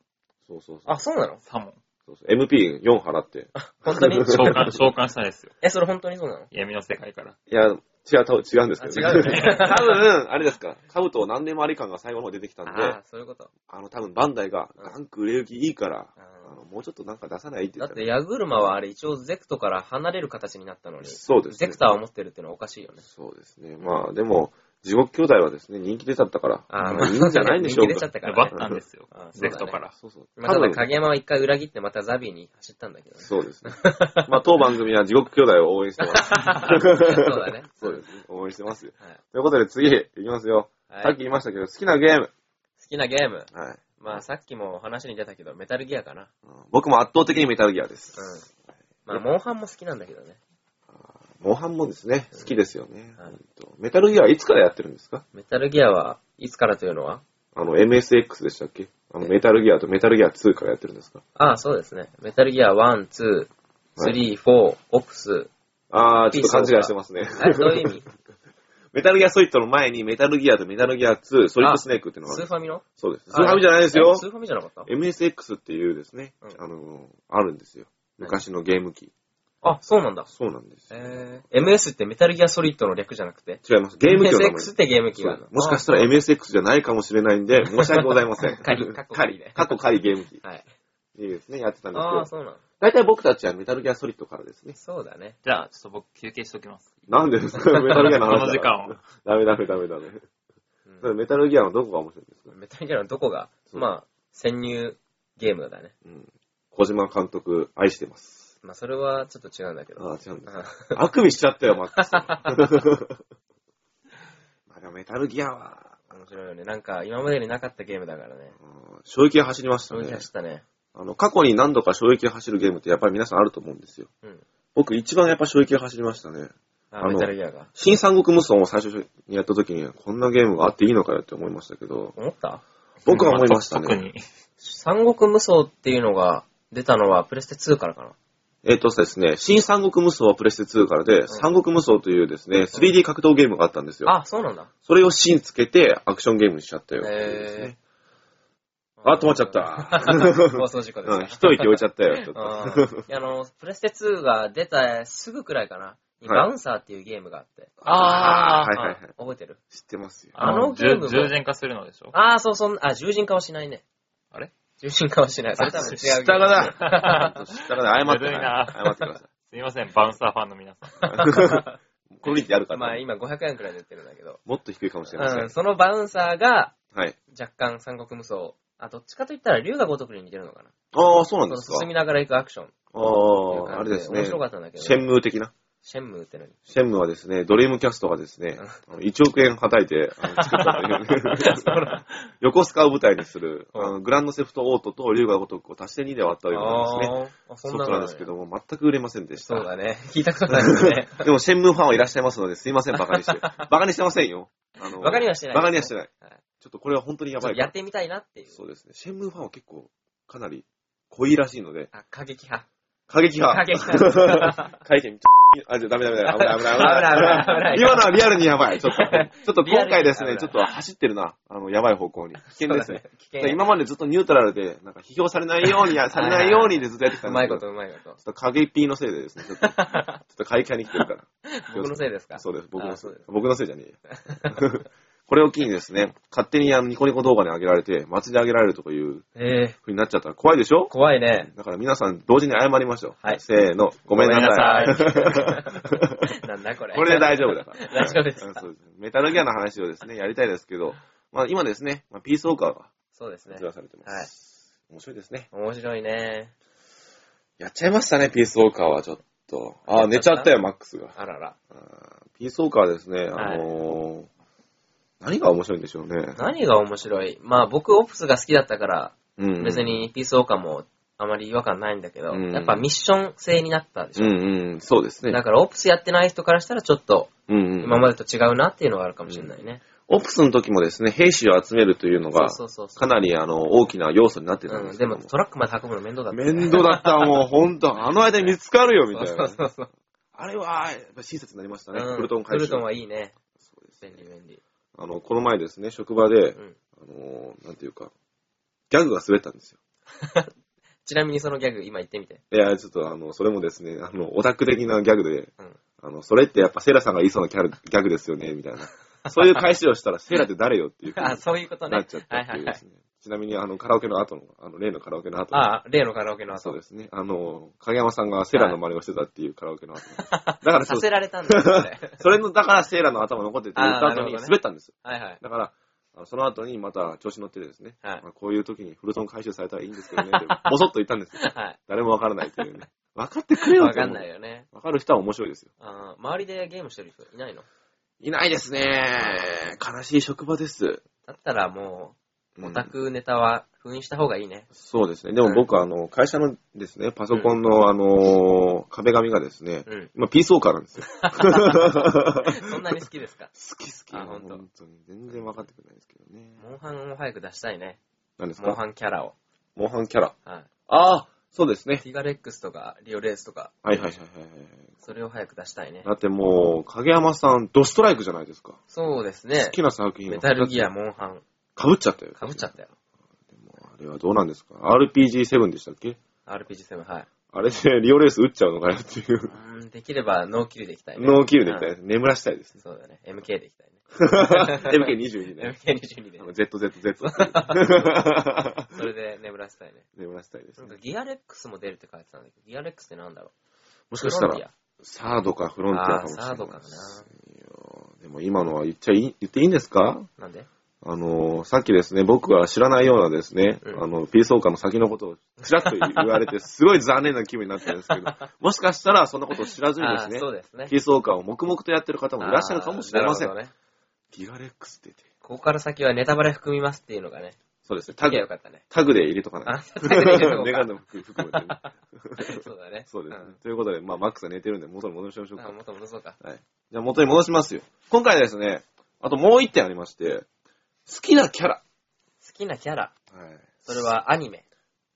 そうそうそう。あ、そうなの3問。そうそう MP4 払って。[laughs] 本当に召喚、召喚したんですよ。え、それ本当にそうなの闇の世界から。いや、違う、多分違うんですけど、あ違うよね [laughs] 多分、あれですから、カブト何でもあり感が最後の方出てきたんで、ああ、そういうこと。あの、多分バンダイが、ガンク売れ行きいいから、うんあの、もうちょっとなんか出さないって言だっったてら、矢車はあれ一応ゼクトから離れる形になったのに、そうですゼね。クターを持ってるってのはおかしいよね。そうですね。まあ、でも、地獄兄弟はですね、人気出ちゃったから、ああ、まあいいんじゃないんでしょう [laughs] 人気出ちかゃっ。たから奪ねっ。たんですようん。ゼクトから。そうそう。まあ、た多だ分影山は一回裏切ってまたザビーに走ったんだけど [laughs] ね。そうですね。まあ、当番組は地獄兄弟を応援して [laughs] ます。そうだね。そうですね。応援してますよ。はいということで次、いきますよ。はいさっき言いましたけど、好きなゲーム。好きなゲーム。はい。まあさっきも話に出たけど、メタルギアかな。うん僕も圧倒的にメタルギアでうす。ん。まあ、モンハンも好きなんだけどね。モンハンもですね、好きですよね。はいほんとメタルギアはいつからやってるんですかメタルギアはいつからというのはあの、MSX でしたっけあの、メタルギアとメタルギア2からやってるんですかああ、そうですね。メタルギア1、2、3、4、オプス。あー、ちょっと勘違いしてますね。あれ、どういう意味 [laughs] メタルギアソリッドの前にメタルギアとメタルギア2、ソリッドスネークっていうのがあスるーファミのそうです。スーファミじゃないですよあ。スーファミじゃなかった MSX っていうですねうん、あの、あるんですよ。昔のゲーム機。あ、そうなんだ。そうなんですよ。えー、MS ってメタルギアソリッドの略じゃなくて違います。ゲーム機の名前。 MSX ってゲーム機そなうもしかしたら MSX じゃないかもしれないんで、申し訳ございません。仮過去仮ね [laughs] 過去仮ゲーム機。たはい。いいですね、やってたんですああ、けど。そうなんだ。大体僕たちはメタルギアソリッドからですね。そうだね。じゃあ、ちょっと僕休憩しておきます。なんでですかメタルギアの話だこの時間を。ダメダメダメダメ。うんそれメタルギアのどこが面白いんですかメタルギアのどこが、そうまあ、潜入ゲームだね。うん。小島監督、愛してます。まあ、それはちょっと違うんだけど。ああ、違うんです。うんあくびしちゃったよ、マックス。 [laughs] まあでもメタルギアは、面白いよね。なんか、今までになかったゲームだからね。うん衝撃が走りましたそういう気ねが。したね。あの、過去に何度か衝撃が走るゲームってやっぱり皆さんあると思うんですよ。うん僕一番やっぱ衝撃が走りましたね。ああ、のメタルギアが。新三国無双を最初にやった時に、こんなゲームがあっていいのかよって思いましたけど、思った僕は思いました特ね。に。三国無双っていうのが出たのはプレステ2からかな。えっ、とですね、新三国無双はプレステ2からで、三国無双というですね、3D 格闘ゲームがあったんですよ。あ、そうなんだ。それを新つけてアクションゲームにしちゃったよっていうですね。あ、止まっちゃっ。た。 [laughs] 放送事故ですうん、ね。一息置いちゃったよ、ちょっあと。ーいやあの、プレステ2が出たすぐくらいかな、にはいバウンサーっていうゲームがあって。あーはいはいはい。覚えてる [laughs] 知ってますよ。あのゲームも従順化するのでしょああ、そう、そんあ、獣人化はしないね。あれ獣人化はしない。それ多分違う。知ったか [laughs] なちょっと知ったかな謝ってずるな。いない謝ってくださすいません、バウンサーファンの皆さん。 [laughs] い。クオリティあるかまあら、今500円くらいで売ってるんだけど。もっと低いかもしれません。うん、そのバウンサーがはい。若干三国無双。あ、どっちかといったら竜が如くに似てるのかな。ああ、そうなんですそのか進。みながら行くアクションってあいうあ、あ感れじです面ね。白かったんだけど。シェンムー的な。シェンムーって何シェンムーはですね、ドリームキャストがですね、あの1億円はたいてあの作ったという [laughs] ね横須賀を舞台にする、あのグランドセフトオートと龍が如くを足して2で割ったようなですね、あーあ、ソそんフなトのなあんでるすねけども、全く売れませんでした。そうだね。聞いたことないですね。 [laughs] でも、シェンムーファンはいらっしゃいますのですいません、バカにして。バカにしてませんよ。あのバカにはしてないバカにはしてない。はいちょっとこれは本当にやちょばっいとかやらってみたいなっていう。そうですね。シェンムーファンは結構、かなり、濃いらしいので、あ、過激派。過激派。過激 [laughs] 派。書いてみて。あ、じゃあダメダメ [laughs] ダメ。危ない危ない危ない。危ない危ない今のはリアルにやばい。ちょ [laughs] っと、ちょっと今回ですリね、アルにちょっと走ってるな。あの、やばい方向に。危険ですね。 [laughs] 危険。今までずっとニュートラルで、なんか批評されないように、やされないようにでずっとやってきたうんまですけいこど、ちょとうまいこと。っと影ピーのせいでですね、 [laughs] ちょっと、ちょっと過激派に来てるから。僕のせいですかそうです、僕のあせそいうです。僕のせいじゃねえよ。 [laughs] これを機にですね、勝手にあのニコニコ動画に上げられて、祭り上げられるとかいうええ風になっちゃったら怖いでしょ怖いね。だから皆さん同時に謝りましょう。はいせーの、ごめんな [laughs] さい。ごめんなんだこ [laughs] れ。これで大丈夫だから。大丈夫ですかうんそうですメタルギアの話をですね、やりたいですけど、まあ今ですね、まあ、ピースウォーカーがそうですね発。売されてます。はい。面白いですね。面白いね。やっちゃいましたね、ピースウォーカーはちょっと。あー、寝ちゃったよ、マックスが。あらら。あーピースウォーカーはですね、はあいのー何が面白いんでしょうね。何が面白いまあ僕、オプスが好きだったから、うん別。にピースオーカーもあまり違和感ないんだけど、うんやっぱミッション制になったでしうょ。んうん、そうですねだ。からオプスやってない人からしたらちょっとうんうん。今までと違うなっていうのがあるかもしれないね。オプスの時もですね、兵士を集めるというのが、そうそうそうそうかなりあの、大きな要素になってたんうでん、すでけどもも。トラックまで運ぶの面倒だったね、面倒だった、もう、ほんと。あの間に見つかるよ、みたい [laughs] そうな。そうそう。あれは、やっぱ親切になりましたね。うんクルトン回ク収ル。トンはいいね。そうです便利便利。あの、この前ですね、職場で、うんあのー、なんていうか、ギャグが滑ったんですよ。ちなみにそのギャグ今言ってみて。いや、ちょっとあの、それもですね、あの、オタク的なギャグで、うんあの、それってやっぱセイラさんが言いそうなギャルギャグですよね、みたいな。そういう返しをしたら、セイラって誰よって [laughs] いう風にあ、そういうことね。なっちゃったっていうですね。ちなみに、あの、カラオケの後の、あの、例のカラオケの後の、ああ、例のカラオケのそう後。ですね。あの、影山さんがセイラの真似をしてたっていうカラオケの後。だからそさうせられたんだよ、それそれの、だからセイラの頭残ってて、言あっーた後になるほどね滑ったんですよ。 [laughs] はいはい。だから、あのその後にまた調子乗ってですね、 [laughs] はいまあこういう時にフルトン回収されたらいいんですけどねって、ぼそっと言ったんですよ。は誰もわからないというね。 [laughs] 分かってくれい。よわってか思んうないよね。わかる人は面白いですよ。あー周りでゲームしてる人いないのいないですね。悲しい職場です。だったらもうんう、オタクネタは封印した方がいいね。そうですね。でも僕、あの、会社のですね、パソコンの、あのー壁紙がですね、うん。 [laughs] 今、ピースウォーカーなんですよ。そんなに好きですか好き好き。あ本当本当に。全然分かってくれないですけどね。モンハンを早く出したいね。何ですモンかハンキャラを。モンハンキャラ。はい。ああ、そうですね。ティガレックスとか、リオレースとか、はいはいはいはいはい。それを早く出したいね。だってもう、影山さん、ドストライクじゃないですか。そうですね好。きな作品メを。タルギア、モンハン。かぶっちゃったよ。かぶっちゃったよ。もうあれはどうなんですか ?RPG7 でしたっけ RPG7、はい。あれでリオレース打っちゃうのかよっていう。うーん、できればノーキルでいきたいね。ノーキルでいきたいです。眠らしたいですう [laughs] ねん。。そうだね。MK でいきたいね。 MK22 ね。 MK22 であ。の ZZZ っていうそれで眠らせたいね。眠らしたいですなんねか。ギアレックスも出るって書いてたんだけど、ギアレックスってなんだろもうしかしたフロンティら、サードかフロンティアかもしれない。あーサードかなでも今のは言っちゃいい、言っていいんですかアなんであのー、さっきですね、僕が知らないようなですね、うんあの、ピースオーカーの先のことをちらっと言われて、すごい残念な気分になったんです [laughs] けど、もしかしたらそんなことを知らずにあですーね、そうですねピ。ースオーカーを黙々とやってる方もいらっしゃるかもしれません。あーなるほどね。ギガレックス出て。ここから先はネタバレ含みますっていうのがね。そうですね。タ書グけば、よかったね。タグで入れとかない。あ、タグで入れとこうネガ [laughs] かの服含めてね。そうだね。そうですねん。ということで、まあ、マックスが寝てるんで、元に戻しましょうあ、か。元戻そうか。じゃあ、元に戻しますよ。今回はですね、あともう一点ありまして、好きなキャラ。好きなキャラ。はい。それはアニメ。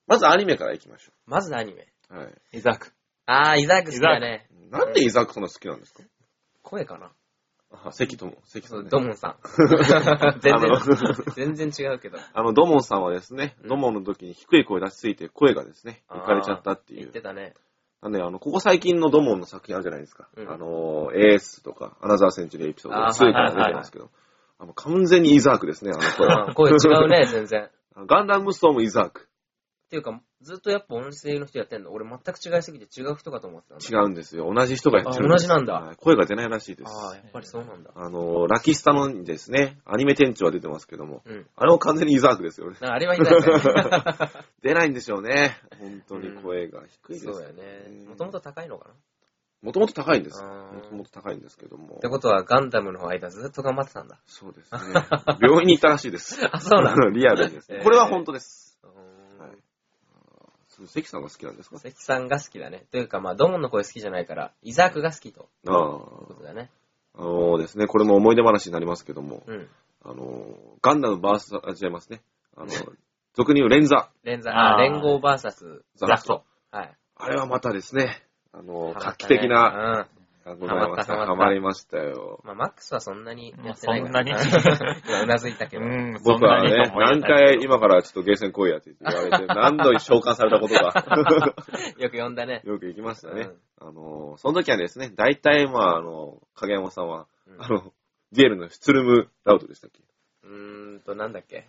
まずアニメからいきましょまずアニメ。う。はい。イザーク。あー、イザーク好きだね。なんでイザークそんな好きなんですか声かな。あ、関とも、関さそんう、ねドモン [laughs] さん。全あ然、全然違うけど。あの、ドモンさんはですね、うんドモンの時に低い声出しすぎて声がですね、あー浮かれちゃったってい言っう。てたね。なんで、あの、ここ最近のドモンの作品あるじゃないですか。うんあの、エースとか、アナザーセンチュリーエピソードあー2から出てますけど、あの、完全にイザークですね、あの声は。うん声違うね、全然。っガンダムストームイザーク。ていうか、ずっとやっぱ音声の人やってんの。俺全く違いすぎて違う人かと思ってたんだ。違うんですよ。同じ人がやってるんです。あ同じなんだはい声が出ないらしいです。ああ、やっぱりそうなんだ。あの、ラキスタのですね、アニメ店長は出てますけども、うん。あれも完全にイザークですよね。なんかあれはイザークだね。 [laughs] 出ないんでしょうね。本当に声が低いです。そうだよね。もともと高いのかな。もともと高いんです。あーもともと高いんですけどもって。ことは、ガンダムの間ずっと頑張ってたんだ。そうですね。病院に行ったらしいです。あ、そうなんだ。 [laughs] リアルにですえね。ーこれは本当です。うはいーんそう関さんが好きなんですか関さんが好きだね。というか、まあ、ドモンの声好きじゃないから、イザークが好きと。ああことだね。あのですね、これも思い出話になりますけども、うん。あの、ガンダムバース、あ、違いますね。あの、[laughs] 俗に言う連座、連座、あーあ連合バーサス、ザラスト。はい。あれはまたですね、あの、ハマ画った期ね的な、うん。あございました。ハマったハマったハマりましたよ。まあ、マックスはそんなにやまあってそないかんなら。に。 [laughs] 今うなずいたけど。うん僕はね、そんな何に回今からちょっとゲーセン来いやって言われ [laughs] て、何度召喚されたことが、よく呼んだね。よく行きましたね。うんあの、その時はですね、大体まあ、あの、影山さんは、うんあの、ジェールのスツルムラウトでしたっけうーんと、なんだっけ。、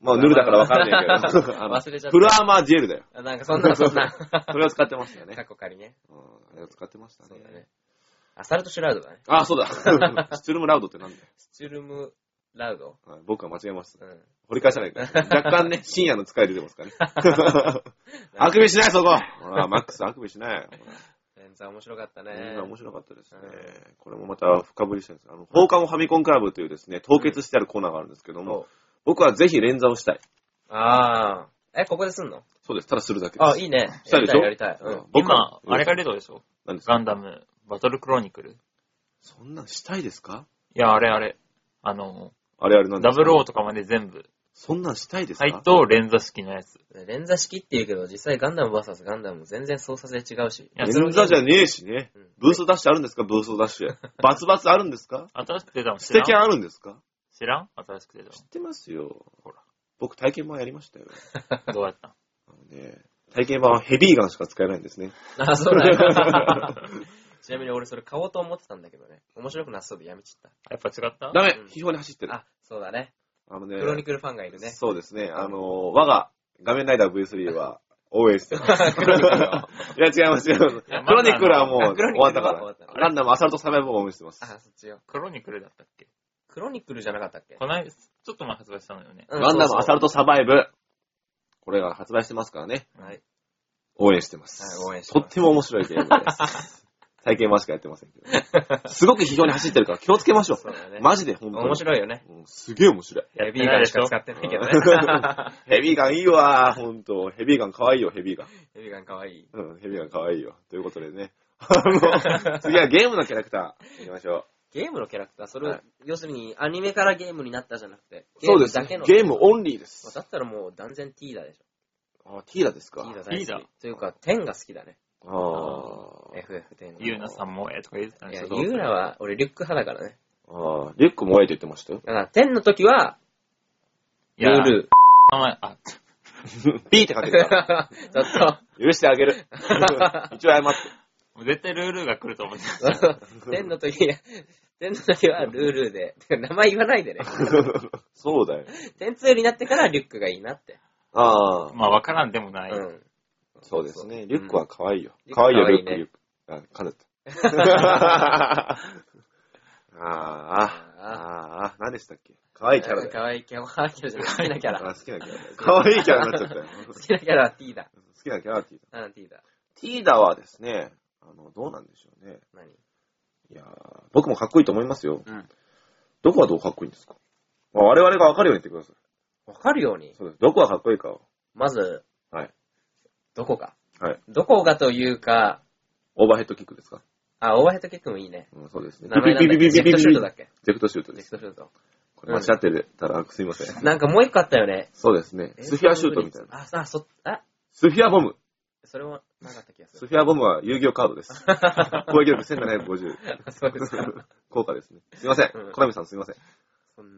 まあ、ヌルだからわかんないけど忘れちゃったフルアーマージェールだよ。あなんかそんな、そんな。 [laughs] それを使ってました [laughs] よね。過去仮ね。うんあれを使ってましたねそう。だね。アサルトシュラウドだね。あ、そうだ。スツルムラウドってなんだよ。スチュルムラウド。はい僕は間違えましたう。ん。掘り返さないから。若干ね、深夜の使い出てますからね。あくびしない、そこほら、マックス、あくびしない。ほら連座面白かったね。みんな面白かったですねう。これもまた深掘りしたいんですあの、放課後ファミコンクラブというですね、凍結してあるコーナーがあるんですけども、僕はぜひ連座をしたい。ああ。え、ここですんのそうです。ただするだけです。あ、いいね。したいでしょやりたい。やりたういん僕は今、あれが出たでしょ何ですガかンダム、バトルクロニクル。いそんなんしたいですかや、あれあれ。あの、あれあれなんでダすかブルオーとかまで全部。そんなんしたいですかはいと、連座式のやつ。いうん。連座式って言うけど、実際ガンダム VS ガンダムも全然操作性違うし。や、それ連座じゃねえしねうん。ブーストダッシュあるんですかブーストダッシュ。バツバツあるんですか新しく出たのス知テらキャんンあるんですか知らん新しく出た知ってますよ。ほら僕体験版やりましたよ。 [laughs] の。どうやったんあのね、体験版はヘビーガンしか使えないんですね。あ、そうなんだ。ちなみに俺それ買おうと思ってたんだけどね。面白くなさそうでやめちゃっやっぱ違った [laughs] ダメうん非常に走ってるた。。あ、そうだね。あのねクロニクルファンがいるね。そうですね。あの、我が画面ライダー V3 は応援してます。クロニクルは。いや、違います、違います。いやクロニクルはもうあクロニ終わクルったはか終わったからら。ガンダム、アサルトサバイバーを応援してます。あ、そっちよ。クロニクルだったっけクロニクルじゃなかったっけこない、ちょっと前発売したのよね。うんガンダム、そうそうアサルトサバイブ。これが発売してますからね。はい。応援してます。はい応援してとますっても面白いゲーム [laughs] です。体験版しかやってませんけど。すごく非常に走ってるから気をつけましょうそう。だね。マジで、本当に。面白いよね。うんすげえ面白い。やヘってビーなガいンでししかょ使ってないけどね。ヘビーガンいいわ、ほんと。ヘビーガン可愛いよ、ヘビーガン。ヘビーガンかわいい。うん、ヘビーガン可愛いよ。ということでね。あの、次はゲームのキャラクター。行きましょゲームのキャラクターそれをはい、要するにアニメからゲームになったじゃなくて、う。そうですゲームだけねの。。ゲームオンリーでまあす。だったらもう断然ティーダでしあ、ティーラですょ。か。ティーダ大好きティーダというか、テンが好きだね。あー FF10。ユーナさんもええとか言ってたんいでや、すユけど。ーラは、俺、リュック派だからね。あー。リュックもええと言ってましたよ。だから、天の時は、いやルール。名前、あ、ピーって書け [laughs] ちてた。ょっと許してあげ [laughs] る。一応謝って。絶対ルールが来ると思ってそうそう、天の時、 [laughs] 天の時はルールで、てか名前言わないでね。そうだよ。天通になってからリュックがいいなって。 [laughs] ああ、まあ、わからんでもない。うん。そうですね。リュックは可愛いよ。うん可愛いよ、リリュュッックク、可愛いリュック。あ、噛ん [laughs] じゃった。あーあー、ああー、何でしたっけ可愛いキャラだかよ。わいいキャラ。可愛いキャラじゃない。好きなキャあ [laughs] ラ。好きなキャラだよ。可愛いキャラになっちゃ [laughs] ったよ。好きなキャラはティーダ。好きなキャラはティーダ。うん、ティーダ。ティーダはですね、あの、どうなんでしょうね。何いやー僕もかっこいいと思いますよ。うんどこがどうかっこいいんですかまあ我々がわかるように言ってください。わかるように、そうです。どこがかっこいいかを。まず、はいどこがはい。どこがというか、オーバーヘッドキックですかあ、オーバーヘッドキックもいいね。うん、そうですね。名前なんだっけジェットシュートだっけジェクトシュートジでェッす。トシュート。これ間違ってたらすいません。なんかもう一個あったよね。そうですね。スフィアシュートみたいな。な。あ、さ、そ、あ、スフィアボム。それもなかった気がすスる。フィアボムは遊戯王カード [laughs] です。攻撃力1750。そうですか。効果ですね。すいませんうん。小波さんすいません。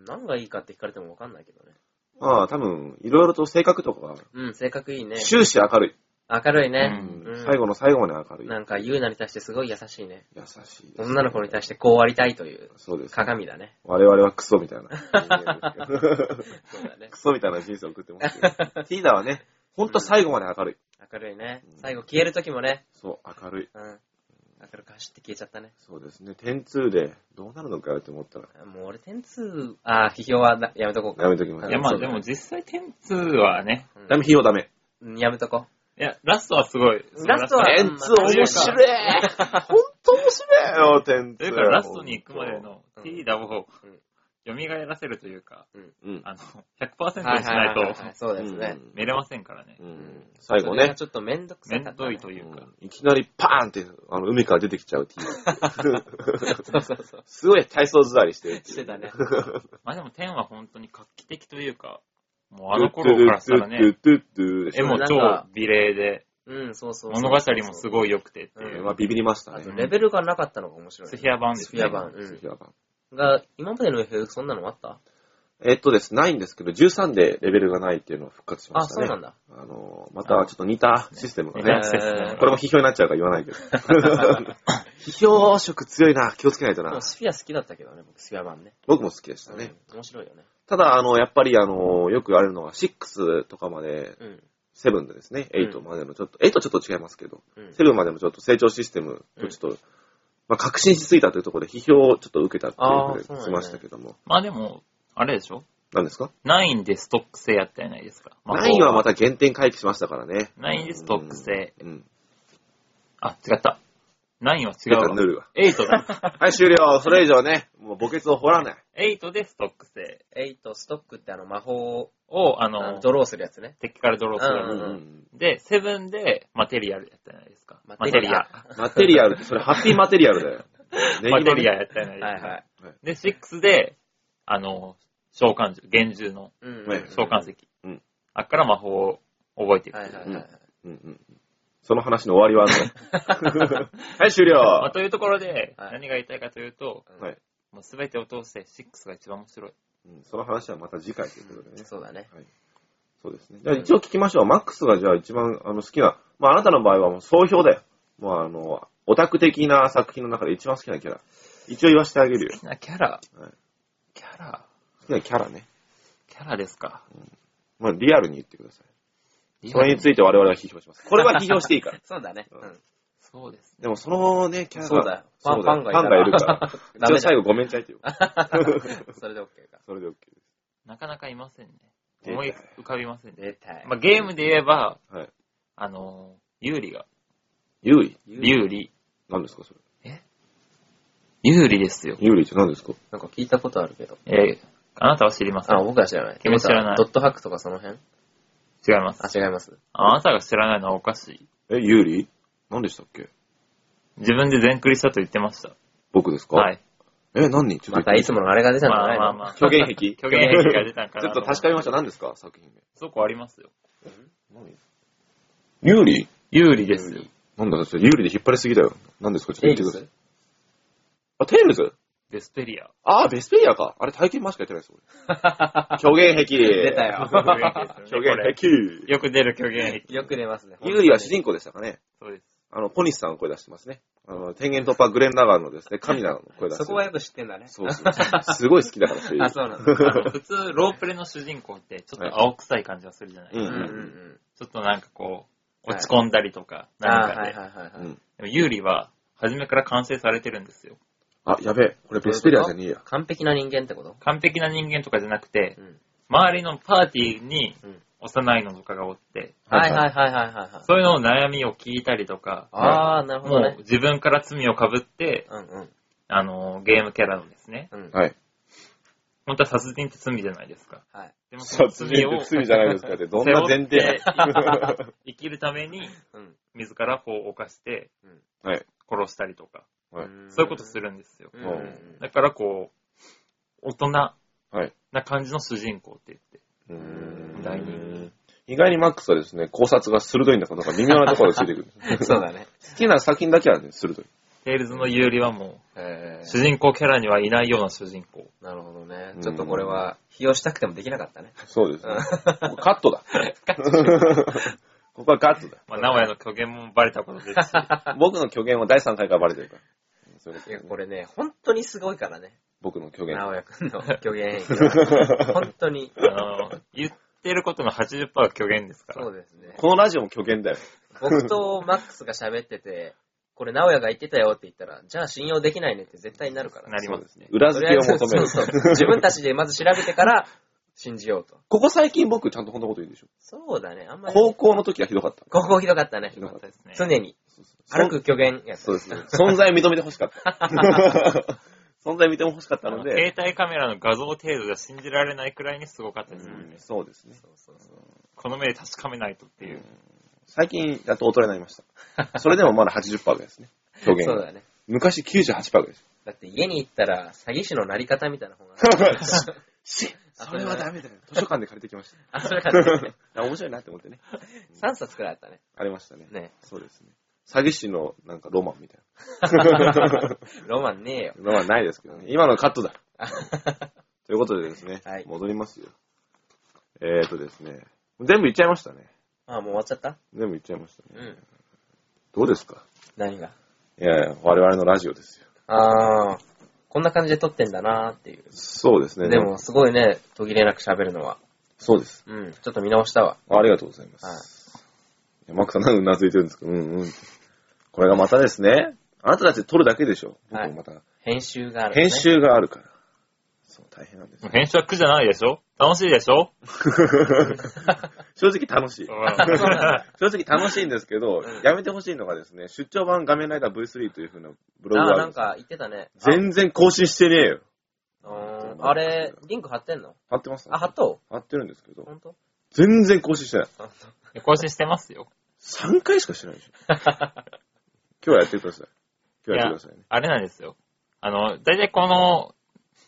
何がいいかって聞かれてもわかんないけどね。まあ、多分、いろいろと性格とかが、うん、性格いいね。終始明るい。明るいね。ううん最後の最後まで明るい。なんか、優ナに対してすごい優しいね。優しいです。女の子に対してこうありたいというそうです。鏡だね。我々はクソみたいな [laughs] 人間ですけど。そうだね。クソみたいな人生を送ってますけど。ティーダはね、ほんと最後まで明るい。明るいねう。ん最後消える時もね。そう、明るい。うん。明るく走って消えちゃったね。そうですね。点2でどうなるのかよって思ったら、あもう俺、点数、あー、批評はなやめとこうか。やめときましょう。いや、まそあうでも実際点数はね、うんダメ、ヒーローダメ。うんやめとこいや、ラストはすごい。ラストは点2面白いほんと面白いよ、点2。というか、ラストに行くまでのうん T ダをうん蘇らせるというか、うん。あの、う。 100%にしないはいはいとはいはいそうですね。うん見れませんからね。うん最後それがね。ちょっとめんどくめさんかったどねいというか。うんいきなりパーンって、あの、海から出てきちゃう T。そうそうそう。すごい体操座りしてるっていうしてたね。まあでも天は本当に画期的というか、もうあの頃からしたらね、、絵も超美麗で、うん、そうそうそう。物語もすごい良くてっていうう。まあ、ビビりましたあねと、。レベルがなかったのが面白いスね。フィア版ですね。スフィア版うんスフィア版が、今までの FF そんなのあったえっとです、ないんですけど、13でレベルがないっていうのを復活しまあ、したそね。うなんだ。あの、またちょっと似たシステムがねねアク。セスねえーこれも批評になっちゃうから言わないけ [laughs] ど。批評色強いな。気をつけないとでなも。スフィア好きだったけどね、僕、スフィア版ね。僕も好きでしたね。うん面白いよね。ただ、あの、やっぱり、あの、よく言われるのは、6とかまで、うん。 7でですね、8までのちょっと、8ちょっと違いますけど、うん。セブンまでもちょっと成長システムをちょっと、まあ、確信しすぎたというところで批評をちょっと受けたってあーいうふそううなんにやしましたけども。まあでも、あれでしょ何ですか ?9 でストック制やったじゃないですか。 ?9 はまた原点回帰しましたからね。 9でストック制。うん。うん。あ、違った。9は違違ううわ塗。るわ。 8だ。はい、終了。それ以上ね、もう墓穴を掘らない。 8でストック制エイト、ストックってあの、魔法を、を、ああのの、ドローするやつね。敵からドローするやつうんうんで、セブンでマテリアルやったじゃないですか。ママテテリリアア。マテリアルって、それハッピーマテリアルだ [laughs] よ。ネギママねテリアやったじゃないですか。はいはい。で、6で、あの、召喚獣、幻獣のうんうん。ね召喚石。うんあっから魔法を覚えていく。はいはいはい。うんうん。その話の終わりはあるの [laughs] はい、終了。まあ、というところで、はい何が言いたいかというと、はい、もうすべてを通して6が一番面白い。うん。その話はまた次回ということでね。そうだね。そうですね。じゃあ一応聞きましょう。マックスがじゃあ一番あの好きな、まああなたの場合はもう総評だよ。もうあの、オタク的な作品の中で一番好きなキャラ。一応言わせてあげるよ好。きなキャラ、はいキャラ、好きなキャラね。キャラですか。まあリアルに言ってください。それについて我々は批評します。これは批評していい [laughs] から。そうだね。う。うんそうですね。でもそのね、キャラそうだよファそンうだよフファンがいたァンがいるらから。 [laughs] ダ一メ応だ最。後ごめんちゃいってよ。 [laughs] それで OK か。それで OK でなかなかいませんね。出た思い浮かびませんね。出たい。まあ、ゲームで言えば、す。はい。あの、有利が、有利言う有利、何ですかそれ。有利ですよ。有利って何ですかなんか聞いたことあるけど。えーあなたは知りません。あ、僕は知らない。君は知らないってことはドットハックとかその辺違います。あ、違います。あなたが知らないのはおかしい。え、有利何でしたっけ自分で全クリしたと言ってました。僕ですか。はいい。え、何ちょっと言まったていつものあれが出たんじまゃあないまあのまあ。虚言癖。 [laughs] 虚言癖が出たから。ちょっと確かめましょう。何ですか作品名。そこあります [laughs] よ。有利有利ですよ。なんだ、それ有利で引っ張りすぎだよ。何ですかちょっと言エイってルくださいス。あ、テイルズベスペリア。ああ、ベスペリアか。あれ体験版しかやってないです、俺。虚言癖。出た。よ。虚言癖です虚よねこ言れ癖。よく出る虚言癖。よく出ますね。有利は主人公でしたかね。そうです。あの、小西さんの声出してますね。あの、天元突破グレンダガーのですね、神奈の声出してそこはよく知ってんだね。そうそうそう。すごい好きだから、声優あ、そうなんだ。あの普通、ロープレの主人公って、ちょっと青臭い感じがするじゃない、うんうんうんうん。ちょっとなんかこう、落ち込んだりとか、うん。あ何ーかはいで。はいはいはうい。んでも、有利は、初めから完成されてるんですよ。あ、やべえ。これベスペリアじゃねえや。。完璧な人間ってこと完璧な人間とかじゃなくてう、ん。周りのパーティーにうん幼いのとかがおって、はいはいいはいはいはいはい。そういうのを悩みを聞いたりとか、あー、なるほどもねう。自分から罪をかぶって、うんうんあの、ゲームキャラのですね、うん。はい。本当は殺人って罪じゃないですか。はい。でもその殺人罪をって罪じゃないですかって、どんな前提背負って生きるために、うん。自ら法を犯して [laughs] はい。殺したりとか、はいそういうことする。るんですよ。うんうんだからこう、大人なはい感じの主人公って言って。うーん第意外にマックスはですね、考察が鋭いんだかどうか微妙なところがついて [laughs] くる。 [laughs] そうだね。好きな作品だけはね、鋭い。テイルズの有利はもえう、ー主人公キャラにはいないような主人公。なるほどねう。んちょっとこれは、費用したくてもできなかったね。そうですね。ここカッ [laughs] トだ。ここはカットだ。まあ、名古屋の虚言もバレたことですし、僕の虚言は第3回からバレてるから。そういうこといでや、すねこれね、本当にすごいからね。僕の虚言。直哉くんの [laughs] 虚言癖は。本当に。あの、言ってることの80%は虚言ですから。そうですね。このラジオも虚言だよ。僕とマックスが喋ってて、これ直哉が言ってたよって言ったら、じゃあ信用できないねって絶対になるからね。なりますそうですね。裏付けを求める。そうそう自分たちでまず調べてから信じようと。ここ最近僕ちゃんと本当のこと言うでしょ。そうだね。あんまり。高校の時はひどかった。高校ひどかったね。ひどかったですね。常に。歩く虚言やつ。そうですね。存在認めて欲しか [laughs] った。存在認めて欲しかったあのので携、帯カメラの画像程度じゃ信じられないくらいにすごかったですもんね。そうですね。そうそうそうこの目で確かめないとっていう。最近、やっと大人になりました。それでもまだ80%ですね。表現そうが。だね。昔98%です。だって家に行ったら詐欺師のなり方みたいな本が [laughs] [laughs] それはダメだよ。図書館で借りてきましあ、それからね、 [laughs] た。面白いなって思ってね。 3冊くらいあったね。ありましたね。ねそうですね。詐欺師のなんかロマンみたい [laughs] ロマンねえよ。な。ロマンないですけどね。今のカット [laughs] だ。ということでですね、はい戻りますよ。えーとですね、全部言っちゃいましたね。あ、もう終わっちゃった全部言っちゃいましたね。うん。どうですか何がいやいや、我々のラジオですよ。あー、こんな感じで撮ってんだなーっていう。そうですね。でも、すごいね、途切れなく喋るのは。そうです。うん、ちょっと見直したわ。ありがとうございます。はいいやマックさん、なんでうなずいてるんですかうんうん。これがまたですね、あなたたちで撮るだけでしょ。僕はいもまた、編集がある、ね。編集があるから。そう、大変なんですよ。編集は苦じゃないでしょ楽しいでしょ、 [laughs] 正直楽しい。うん [laughs] 正直楽しいんですけど、うんやめてほしいのがですね、出張版画面ライダー V3 という風なブログあがー、あなるんんですよか言ってたね。あ全然更新してねえよ。うーんあれ、リンク貼ってんの貼ってますあ、貼っと貼ってるんですけうど、本当全然更新してない。本当更新してますよ。 3回しかしてないで [laughs] しょ。今日はやってください。今日はやってくださいね。あれなんですよ。あの、大体この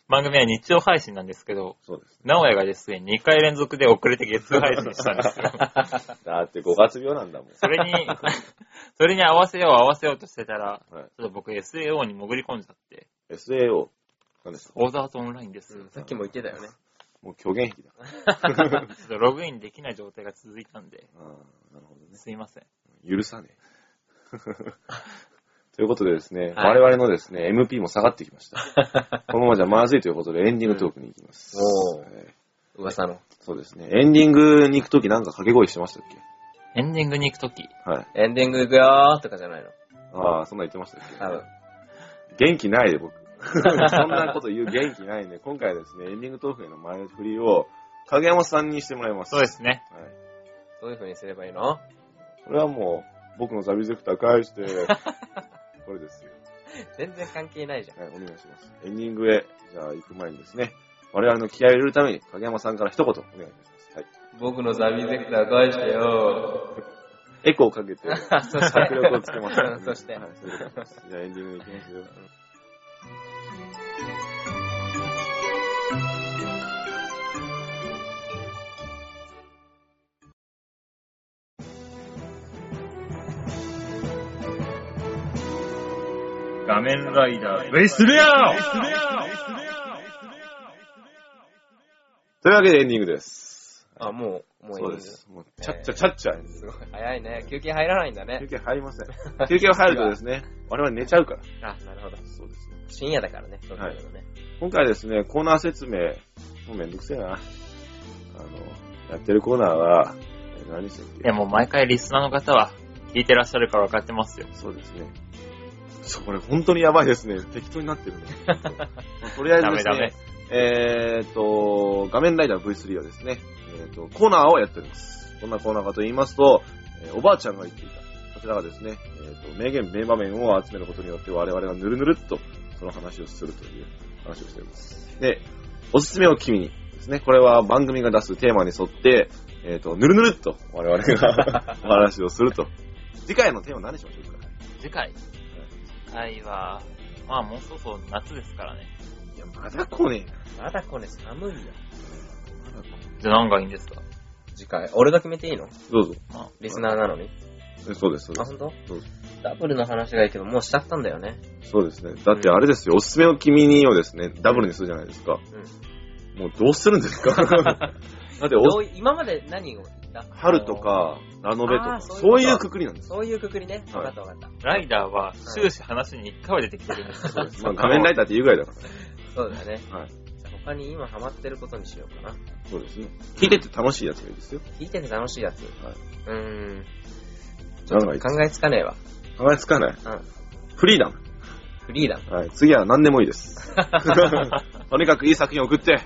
番組は日曜配信なんですけど、そうです。名古屋がですね、2回連続で遅れて月曜配信したんですよ。だって5月病なんだもん。それに、それに合わせよう合わせようとしてたら、はいちょっと僕 SAO に潜り込んじゃって、 SAO。何ですかオーダーとオンライン [laughs] ですうよん、。さっきも言ってたよね。もう虚言癖だから。ちょっとログインできない状態が続いたんで、ああ、なるほどね。すいません。許さねえ。ということでですね、は我い々のですね、MP も下がってきました。このままじゃまずいということでエンディングトークに行きます。うんおーはい噂の。そうですね。エンディングに行くときなんか掛け声してましたっけエンディングに行くとき、はい。エンディングいくよーとかじゃないの。ああ、そんなん言ってましたっけ多分。元気ないで、僕。そんなこと言う元気ないんで、今回はですね、エンディングトークへの前振りを、影山さんにしてもらいます。そうですね。はい。どういう風にすればいいのこれはもう、僕のザビゼクター返して、これですよ。全然関係ないじゃん。はい、お願いします。エンディングへ、じゃあ行く前にですね、我々の気合を入れるために、影山さんから一言お願いします。はい。僕のザビゼクター返してよエコーをかけ [laughs] て、ー。 [laughs] そして迫力をつけます、うん [laughs] そしてはい、 [laughs] そういうことです [laughs] じゃあエンディングに行きますよ。画面ライダー、ベイスレアというわけでエンディングです。あ、もう、もうエンそうディンでグす。もう、ちゃっちゃちゃっちゃ。すごい。早いね。休憩入らないんだ休ね。憩入りません。休憩を入るとです [laughs] ね、我々寝ちゃうから。あ、なるほど。そうですね。深夜だからね、東京のね。今回ですね、コーナー説明、もうめんどくせえな。あの、やってるコーナーは、え何でしたっいやもう毎回リスナーの方は、聞いてらっしゃるから分かってますよ。けそうですね。そう、これ本当にやばいですね。適当になってるね。[laughs] まあとりあえずダでメすダメね。、えーっと、画面ライダー V3 はですね、えーっと、コーナーをやっております。どんなコーナーかと言いますと、えーおばあちゃんが言っていた、こちらがですね、えーっと、名言、名場面を集めることによって我々がぬるぬるっとその話をするという話をしております。で、おすすめを君にですね。これは番組が出すテーマに沿って、えっ、と、ぬるぬるっと我々が [laughs] お話をすると。次回のテーマ何でしょうか次回。次回は、まあもうそろそろ夏ですからね。いや、まだ来ねまだこれ寒いよ。えな。まだ来ねじゃあ何がいいんですか次回。俺が決めていいのえどうぞ。まあ、リスナーなのに。えそうです、そうであ、すほ。んとそうダブルの話がいいけど、もうしちゃったんだよね。そうですね。だってあれですよ、おすすめを君にをですね、ダブルにするじゃないですか。もうどうするんですかだってお、どうい今まで何を言った春と。か、ラノベとあか、ーそそうういいううことくくりなんです。そういうくくりね。はいわかったわかった。ライダーは終始話に一回は出てきてるんですけど、まあ、仮面ライダーって言うぐらいだからね。そうだね。はい。じゃあ他に今ハマってることにしようかな。そうですね。聞いてて楽しいやつがいいですよ。聞いてて楽しいやつ。はいうーん。何がいいです考えつかねえわ。か考えつかない。うん。フリーダム。フリーだ。はい。次は何でもいいです。とにかくいい作品を送って、よ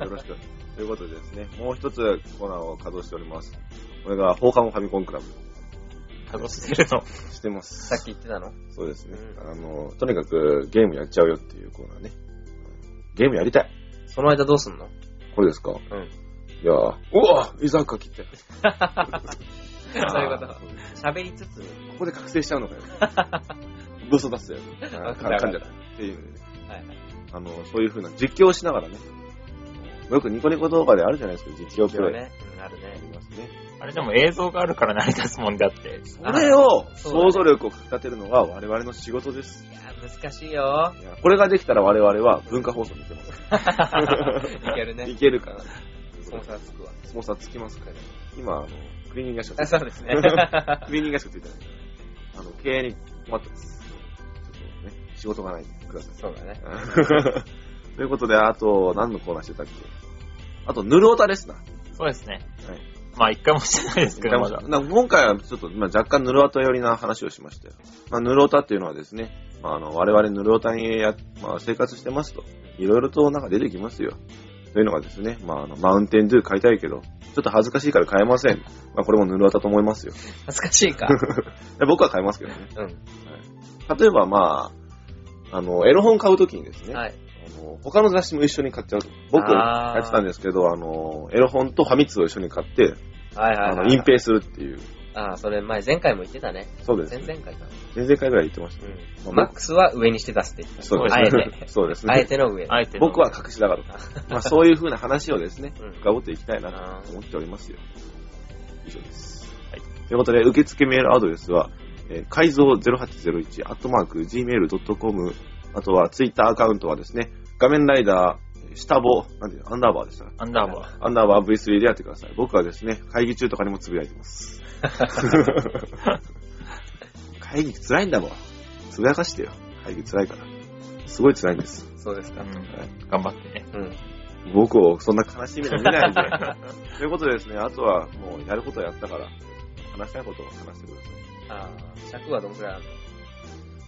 ろしく。ということでですね、もう一つコーナーを稼働しております。これが放課後ファミコンクラブ。楽しんでるの。してます。さっき言ってたのそうですね。うあの、とにかくゲームやっちゃうよっていうコーナーね。ゲームやりたい。その間どうすんのこれですかうん。いやーうわ居酒 [laughs] 屋切って。そういうこと。喋りつつ、ここで覚醒しちゃうのかよ。ブス出すよ。 [laughs] あーか噛んじゃった。っていうね。はいはい。あの、そういう風な実況をしながらね。よくニコニコ動画であるじゃないですか、実況プ今レイ。日ね、うん、あるあねり。ますね。あれでも映像があるから成り立つもんであって。それを、そうだ想ね像力をかき立てるのが我々の仕事です。いやー、難しいよいやこれができたら我々は文化放送見てます。 [laughs] ー。いけるねい。けるから。スポンサーつくわ。スポンサーつきますから。今、あの、クリーニング屋しかあついてそう [laughs] ですね。はない。クリーニング屋しかついてないから。あの、経営に困ってます。ちょっとね、仕事がないんでください。 [laughs] そうだね。ということで、あと、何のコーナーしてたっけあと、ぬるおたですな。そうですね。はいまあ一回もしてないですけど、まだ。なんか今回はちょっと、まあ、若干ぬるおた寄りな話をしましたよ。まあ、ぬるおたっていうのはですね、まあ、あの我々ぬるおたにや、まあ、生活してますと、いろいろとなんか出てきますよ。というのがですね、まあ、あのマウンテンドゥ買いたいけど、ちょっと恥ずかしいから買えません。まあ、これもぬるおたと思いますよ。恥ずかし [laughs] いか。で僕は買いますけどね。う例えば、まあ、あの、エロ本買うときにですね、ん。はい。あの他の雑誌も一緒に買っちゃうと。僕あーやってたんですけど、あの、エロ本とファミ通を一緒に買って、はいはい、あはの、い。隠蔽するっていう。ああ、それ前、前回も言ってたね。そうです前ね。々回かな。前々回ぐらい言ってましたね。うん。マックスは上にして出すって言った。そうですあえね [laughs] て。。そうですあえね。ての上。あえての僕は隠しだから。まあそういう風な話をですねうん、深掘っていきたいなあとー思っておりますよ。以上です。はいということで、受付メールアドレスは、えー改造0801、アットマーク、gmail.com、あとはツイッターアカウントはですね、画面ライダー、下棒、なんていうのアンダーバーでした。アンダーバアンダーバー V3 でやってください。僕はですね、会議中とかにもつぶやいて [laughs] ます。会議辛いんだもん。つぶやかしてよ。会議辛いから。すごい辛いんです。そうですー。か。うん。頑張ってね。うん。僕をそんな悲しみで見ないで。 [laughs] ということでですね、あとはもうやることはやったから、話したいことを話してください。ああ、尺はどんくらいある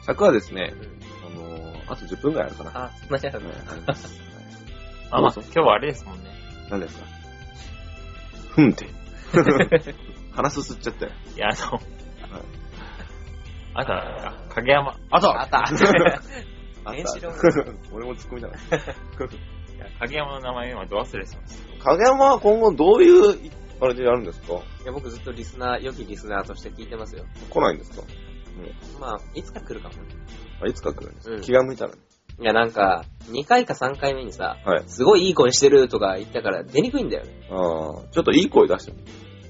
尺はですね、のうん。あのーあと10分ぐらいあるかな。あ、そんなにあるはのいあ、まあそうそ今う日はあれですもんね。何ですかふ [laughs] んって。鼻すすっちゃったよ。いや、あの、あとは、影山。あとあった。あ原子炉 [laughs] 俺も突っ込みながら。いや影山の名前今ど忘れしました。影山は今後どういう、あれでやるんですか [laughs] いや、僕ずっとリスナー、良きリスナーとして聞いてますよ。来ないんですかまあ、いつか来るかもね。あいつか来るんですか、うん気が向いたらね。いや、なんか、2回か3回目にさ、はい。すごいいい声してるとか言ったから出にくいんだよね。ああ、ちょっといい声出してみ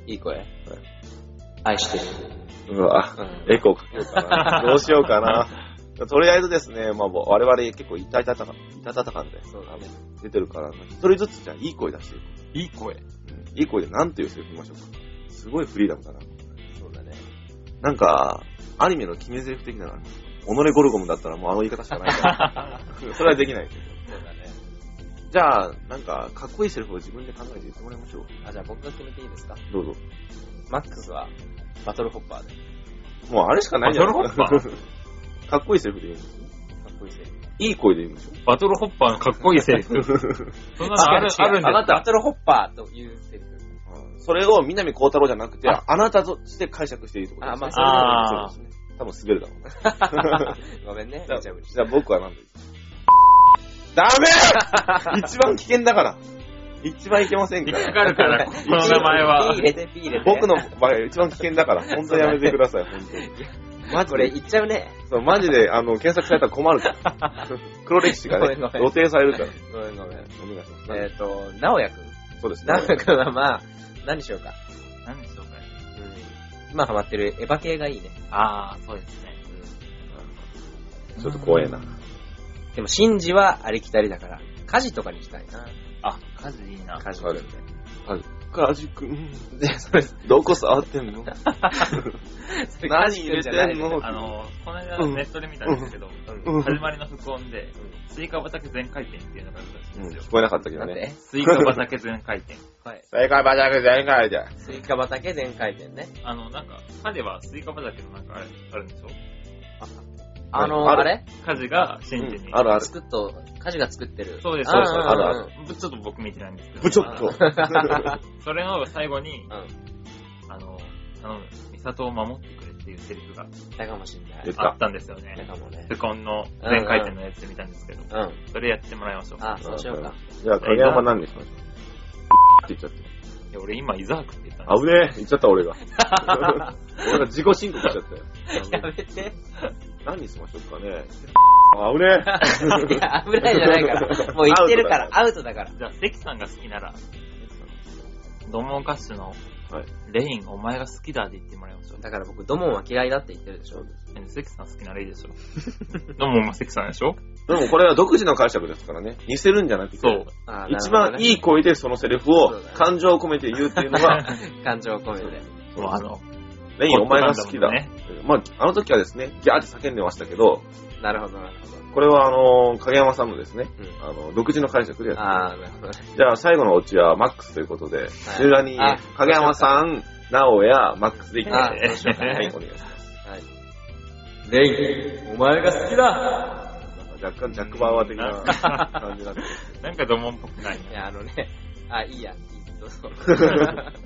ていい声。愛してる。うわ、 [laughs] うん。エコーかけようか [laughs] な。どうしようかな。とりあえずですね、まあ、我々結構痛いたたか、痛たたかんで、そうだね。出てるから、一人ずつじゃあいい声出していく。いい声。うんいい声でなんていうセリフ言いましょうか。すごいフリーダムだな。そうだね。なんか、アニメの決め台詞的なのある己ゴルゴムだったらもうあの言い方しかない [laughs] から。それはできないけど。そうだね。じゃあ、なんか、かっこいいセリフを自分で考えて言ってもらいましょう。あ、じゃあ僕が決めていいですかどうぞ。マックスは、バトルホッパーで。もうあれしかないじゃないバトルホ [laughs] かっこいいセリフでいいんですよ。かっこいいせい。いい声でいいんでしょバトルホッパーのかっこいいセリフ。 [laughs] そんなのある、あるんあですなかた、バトルホッパーというセリフ。 [laughs] それを南光太郎じゃなくて、あなたとして解釈していいところあ、まあ、ねそれなあーそうですね。多分滑るだろうね。らごめんね。じゃあぐちゃぐちゃじゃあ僕は何でダメ一番危険だから。一番いけません引か。っからかるから、この名前はピー入。れて、ピー入れて。僕の場合一番危険だから、本当にやめてください、本当に。マジこれで、言っちゃうね。そうマジで、あの、検索されたら困るから。黒歴史がね、ごめんごめん露呈されるから。ごめんごおめん。願いします。えっと、直也くん。そうですね。直也くんはまあ、何しようか。何でしょうかね。今ハマってるエヴァ系がいいね。あー、そうですね。ちょっと怖えな。でも、シンジはありきたりだから、家事とかにしたいな。あ、カズいいな。家事はいみたいなカジ君、どこ触ってんの [laughs] 何入れてんのあの、この間うんネットで見たんですけど、うん始まりの副音で、スイカ畑全回転っていうのがあるらしいうんんですよ聞。こえなかったけどなんね。てスイカ畑全回転。はい。正解バジャグ全開じゃ。スイカ畑全回転ね。あの、なんか、彼はスイカ畑のなんかあれあるんでしょあの、ああるれカジがシンジに。あるある。作っと、家事が作ってる。そうです、あそうーです。あるあるぶちょっと僕見てないんですけど。ぶちょっと。それの最後に、うん。あの、頼む、美里を守ってくれっていうセリフがだかもしんない。言っあたっ。たんですよだね。かもね。副音の全回転のやつ見たんですけど、うん。それやってもらいましょう。あ、 [laughs] そうしようか。じゃあ、影山何にしますって言っちゃって。いや俺今、イザークって言ったんです危ねえ言っちゃった俺が。俺が自己申告しちゃったよ。やめて。何にしましょうかね。あ危ねえい [laughs] や、危ないじゃないから。もう言ってるから、アウトだから。じゃあ、関さんが好きなら、ドンモンカッシュのはい、レイン、お前が好きだで言ってもらいましょう。だから僕、ドモンは嫌いだって言ってるでしょ。え関さん好きならいいでしょ。 [laughs] ドンモンも関さんでしょでもこれは独自の解釈ですからね。似せるんじゃなくて。そう。あー一番いい声でそのセリフを感情を込めて言うっていうのは、感情を込めて。もうあの、レインお前が好きだ。ポップまあ、あの時はですね、ギャーって叫んでましたけど、なるほど、なるほこれはあのー、影山さんのですね、うんあの、独自の解釈でやど。ってあー、なるほどね。ますじゃあ最後のオチはマックスということで、中裏にあ影山さん、なおや、マックスでいきまあす。ー、どうしようかはい、ねお。願いします。はい。レイン、お前が好きだなんか若干ジャックバーワー的な感じになってますなんかドンモンっぽくないいね。や、あのね、あ、いいや、いい、どう [laughs] ぞ。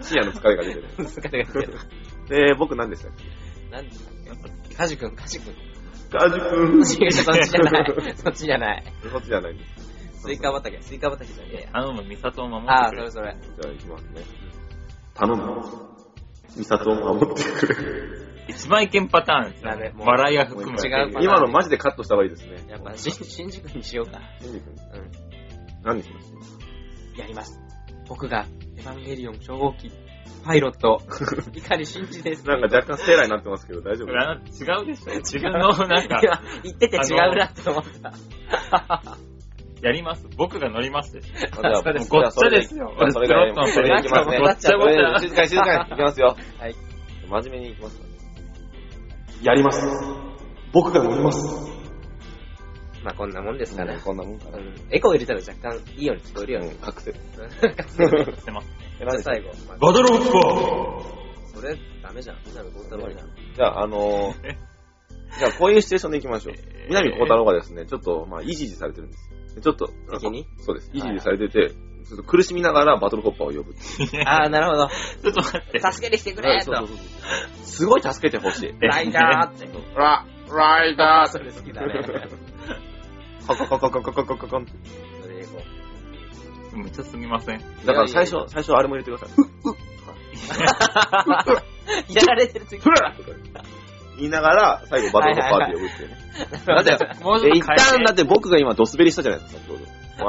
深夜の疲れが出て [laughs] る。疲れが出てる。で、僕何でしたっけ何でしたっけカジ君、カジ君。ガジ君違う、そっちじゃない。そっちじゃない。そっちじゃないんです。スイカ畑、スイカ畑じゃねえや。頼む、美里を守っあー、てそくれれ。そじれ。ゃあ行きますね。頼む。美里を守ってくれ。一番イケンパターンですよダメね。もう笑いは含む。違うパターン今のマジでカットした方がいいですね。やっぱ、し新宿にしようか。シンジ君うん。何にしましたやります。僕が、エヴァンゲリオン超合金、パイロッ [laughs] ト、碇真司です。なんか若干ステーラーになってますけど大丈夫あの違うでしょ自分の、なんかい、や言ってて違うなって思った。やります。僕が乗りますでしょ。じゃあそうですもうごっちゃじゃあそれからそれから行きますねごっちゃごっちゃ。静かに静かに。いきますよ。はい。真面目にいきますからね。やります。僕が乗ります。まあこんなもんですかね。こんなもんかうな。んエコー入れたら若干いいように聞こえるようねん、。覚醒。してます。え、じゃ何あでした最後。まあバドロッパそれ、ダメじゃん。なんかゴータロリなの。じゃあ、あのー、じゃあこういうシチュエーションでいきましょう。南光太郎がですね、ちょっと、まあ、いじいじされてるんですよ。でちょっと、敵にそうです。いじいじされてて、ちょっと苦しみながらバトルホッパーを呼ぶっていう。あー、なるほど。 [laughs] ちょっと待って。 [laughs] 助けてきてくれそうそうと。そうそうすごい助けてほしい。ライダーって。ラ、ライダあ、それ好きだね。ーカカカカカカカカカンってそれでいこめっちゃすみません。だから最初、最初あれも入れてください。う。 [laughs] やられてる時。フラ [laughs] とか言いながら、最後バトルホッパーって呼ぶっていうね。だって、もうえち一ょっと変えて旦だって僕が今ドスベリしたじゃないですか、先ほど。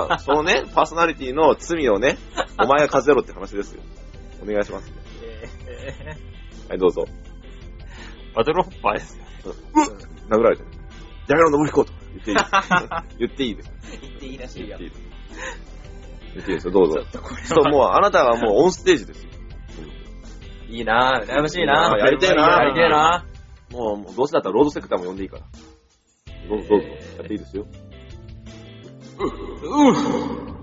ま [laughs] あ、そのね、パーソナリティの罪をね、お前が数えろって話ですよ。お願いします。えはい、どうぞ。ーバドロッパーです。殴られてる。ジャガロの信彦と言っていいです。言ってい [laughs] いです。言っていいらしい言っよていいです。言っていいですよ、どうぞ。そそう、もうあなたはもうオンステージですよ。いいなぁ、羨ましいなぁ。やりてえなやりてえなもう、もうどうせだったらロードセクターも呼んでいいから。どうぞ、どうぞ。やっていいですよ。ぁ。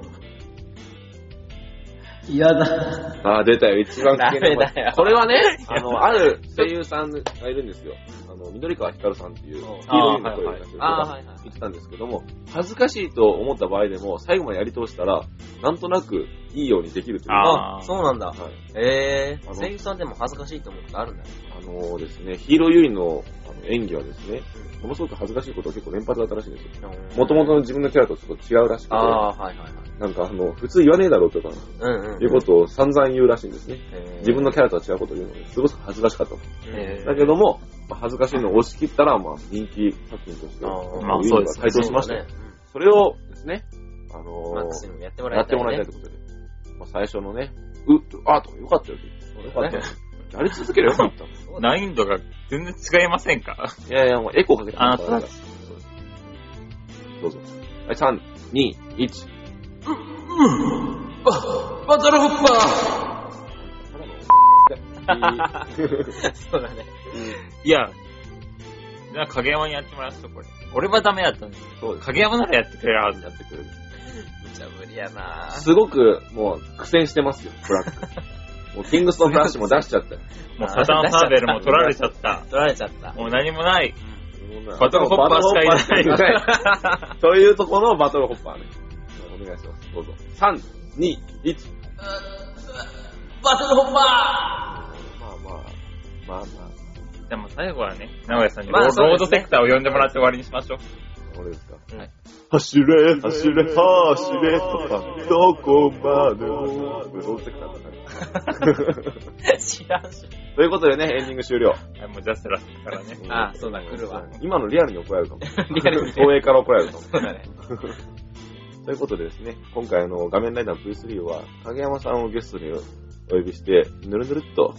嫌だ。 [laughs] ああ、出たよ。一番危険なダメだよ [laughs] これはね、あの、ある声優さんがいるんですよ。ああの、緑川光さんっていう、ヒーロあインの声を出してる人ああ、がはいはい。言ってたんですけども、恥ずかしいと思った場合でも、最後までやり通したら、なんとなくいいようにできるというか、ああ、そうなんだ。はい。えあのー、声優さんでも恥ずかしいと思うことあるんだね。あのですね、ヒーローユイのあの演技はですね、ものすごく恥ずかしいことを結構連発だったらしいんですよ。もともとの自分のキャラとちょっと違うらしくて、ああ、はいはいはい。なんかあの、普通言わねえだろうとか、うんうん。いうことを散々言うらしいんですね。えー自分のキャラとは違うことを言うので、すごく恥ずかしかったと。えだけども、まあ恥ずかしいのを押し切ったら、まあ、人気作品として、あーウまあィーンが台頭しましたよね。それをですね、あのうんマックスにもやってもー、やらいったていもらいねたい。ということで、まあ、最初のね、う、あ、とかよかったよって。よかったよ。やり続ければよか [laughs] った。そうだね難易度が全然違いませんかいやいや、もうエコーかけてあそうだどうぞ。はい、3、2、1。バトルホッパた [laughs] だのーそうだね。いや、じゃあ影山にやってもらいましょう、これ。俺はダメだったんですけそうど、です。影山ならやってくれるはずやってくれる。無茶ぶりやなすごく、もう、苦戦してますよ、ブラック。 [laughs] もう、キングストーンフラッシュも出しちゃったよ。もうサタンサーベルも取られちゃった。取られちゃった。もう何もない。ババトルホッパーしかいないない。というところのバトルホッパーね。お願いします。どうぞ。3、2、1。バトルホッパまあまあ、まあまあ、 [laughs] でも最後はね、名古屋さんにロまあーそうローでドすねセクターを呼んでもらって終わりにしましょう。俺ですか。はい走れ、走れ、走れ、とか、どこまでも。これロードセクターだねー知らんし。ということでね、エンディング終了。はいもうジャスラスからね。あそうだ来るわ今のリアルに怒られるかも。 [laughs] リアルに東映から怒られるかも。そうだね。ということでですね、今回あの画面ライダー V3 は影山さんをゲストにお呼びして、ぬるぬるっと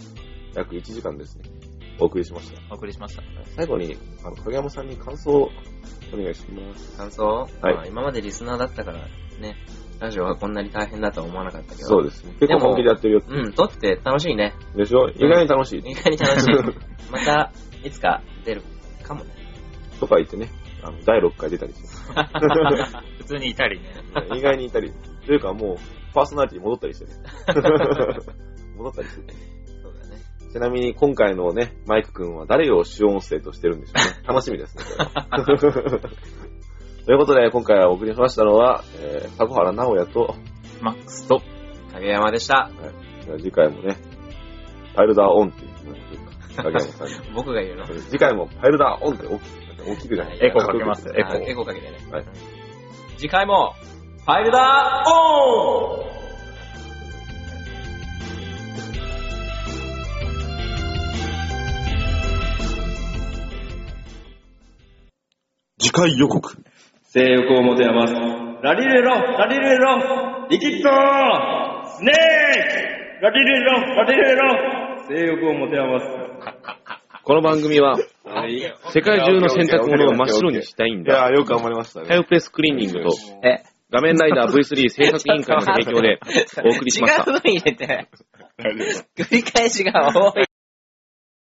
約1時間ですね、お送りしました。お送りしました。最後にあの影山さんに感想をお願いします。感想はいまあ今までリスナーだったから、ね、ラジオはこんなに大変だとは思わなかったけど。そうですね。結構本気でやってるようん、撮って楽しいね。でしょ意外に楽しい意外に楽し [laughs] い。また、いつか出るかもね。とか言ってね、あの第6回出たり [laughs] してます。普通にいたりね。意外にいたり、というかもうパーソナリティに戻ったり [laughs] してね。戻ったりしてね。そうだね。ちなみに今回のね、マイク君は誰を主音声としてるんでしょうね。楽しみですね。これはということで、今回お送りしましたのは、えー、迫原直也と、マックスと、影山でした。次回もね、パイルダーオンっていうのをやってるか影山さんに僕が言うの。次回もパイルダーオンって大きく、大きくじゃないエコーかけますエコあエコーかけてね。はい次回も、ファイルだオン次回予告。性欲を持て余す。ラリレロ、ラリレロ、リキッドスネークラリレロ、ラリレロ、性欲を持て余す。この番組は、世界中の洗濯物を真っ白にしたいんだ。や、よく頑張りましたタイ。オペスクリーニングと、え、画面ライダー V3 制作 [laughs] 委員会の提供でお送りしました [laughs] 違う。の入れて。繰り返しが多い。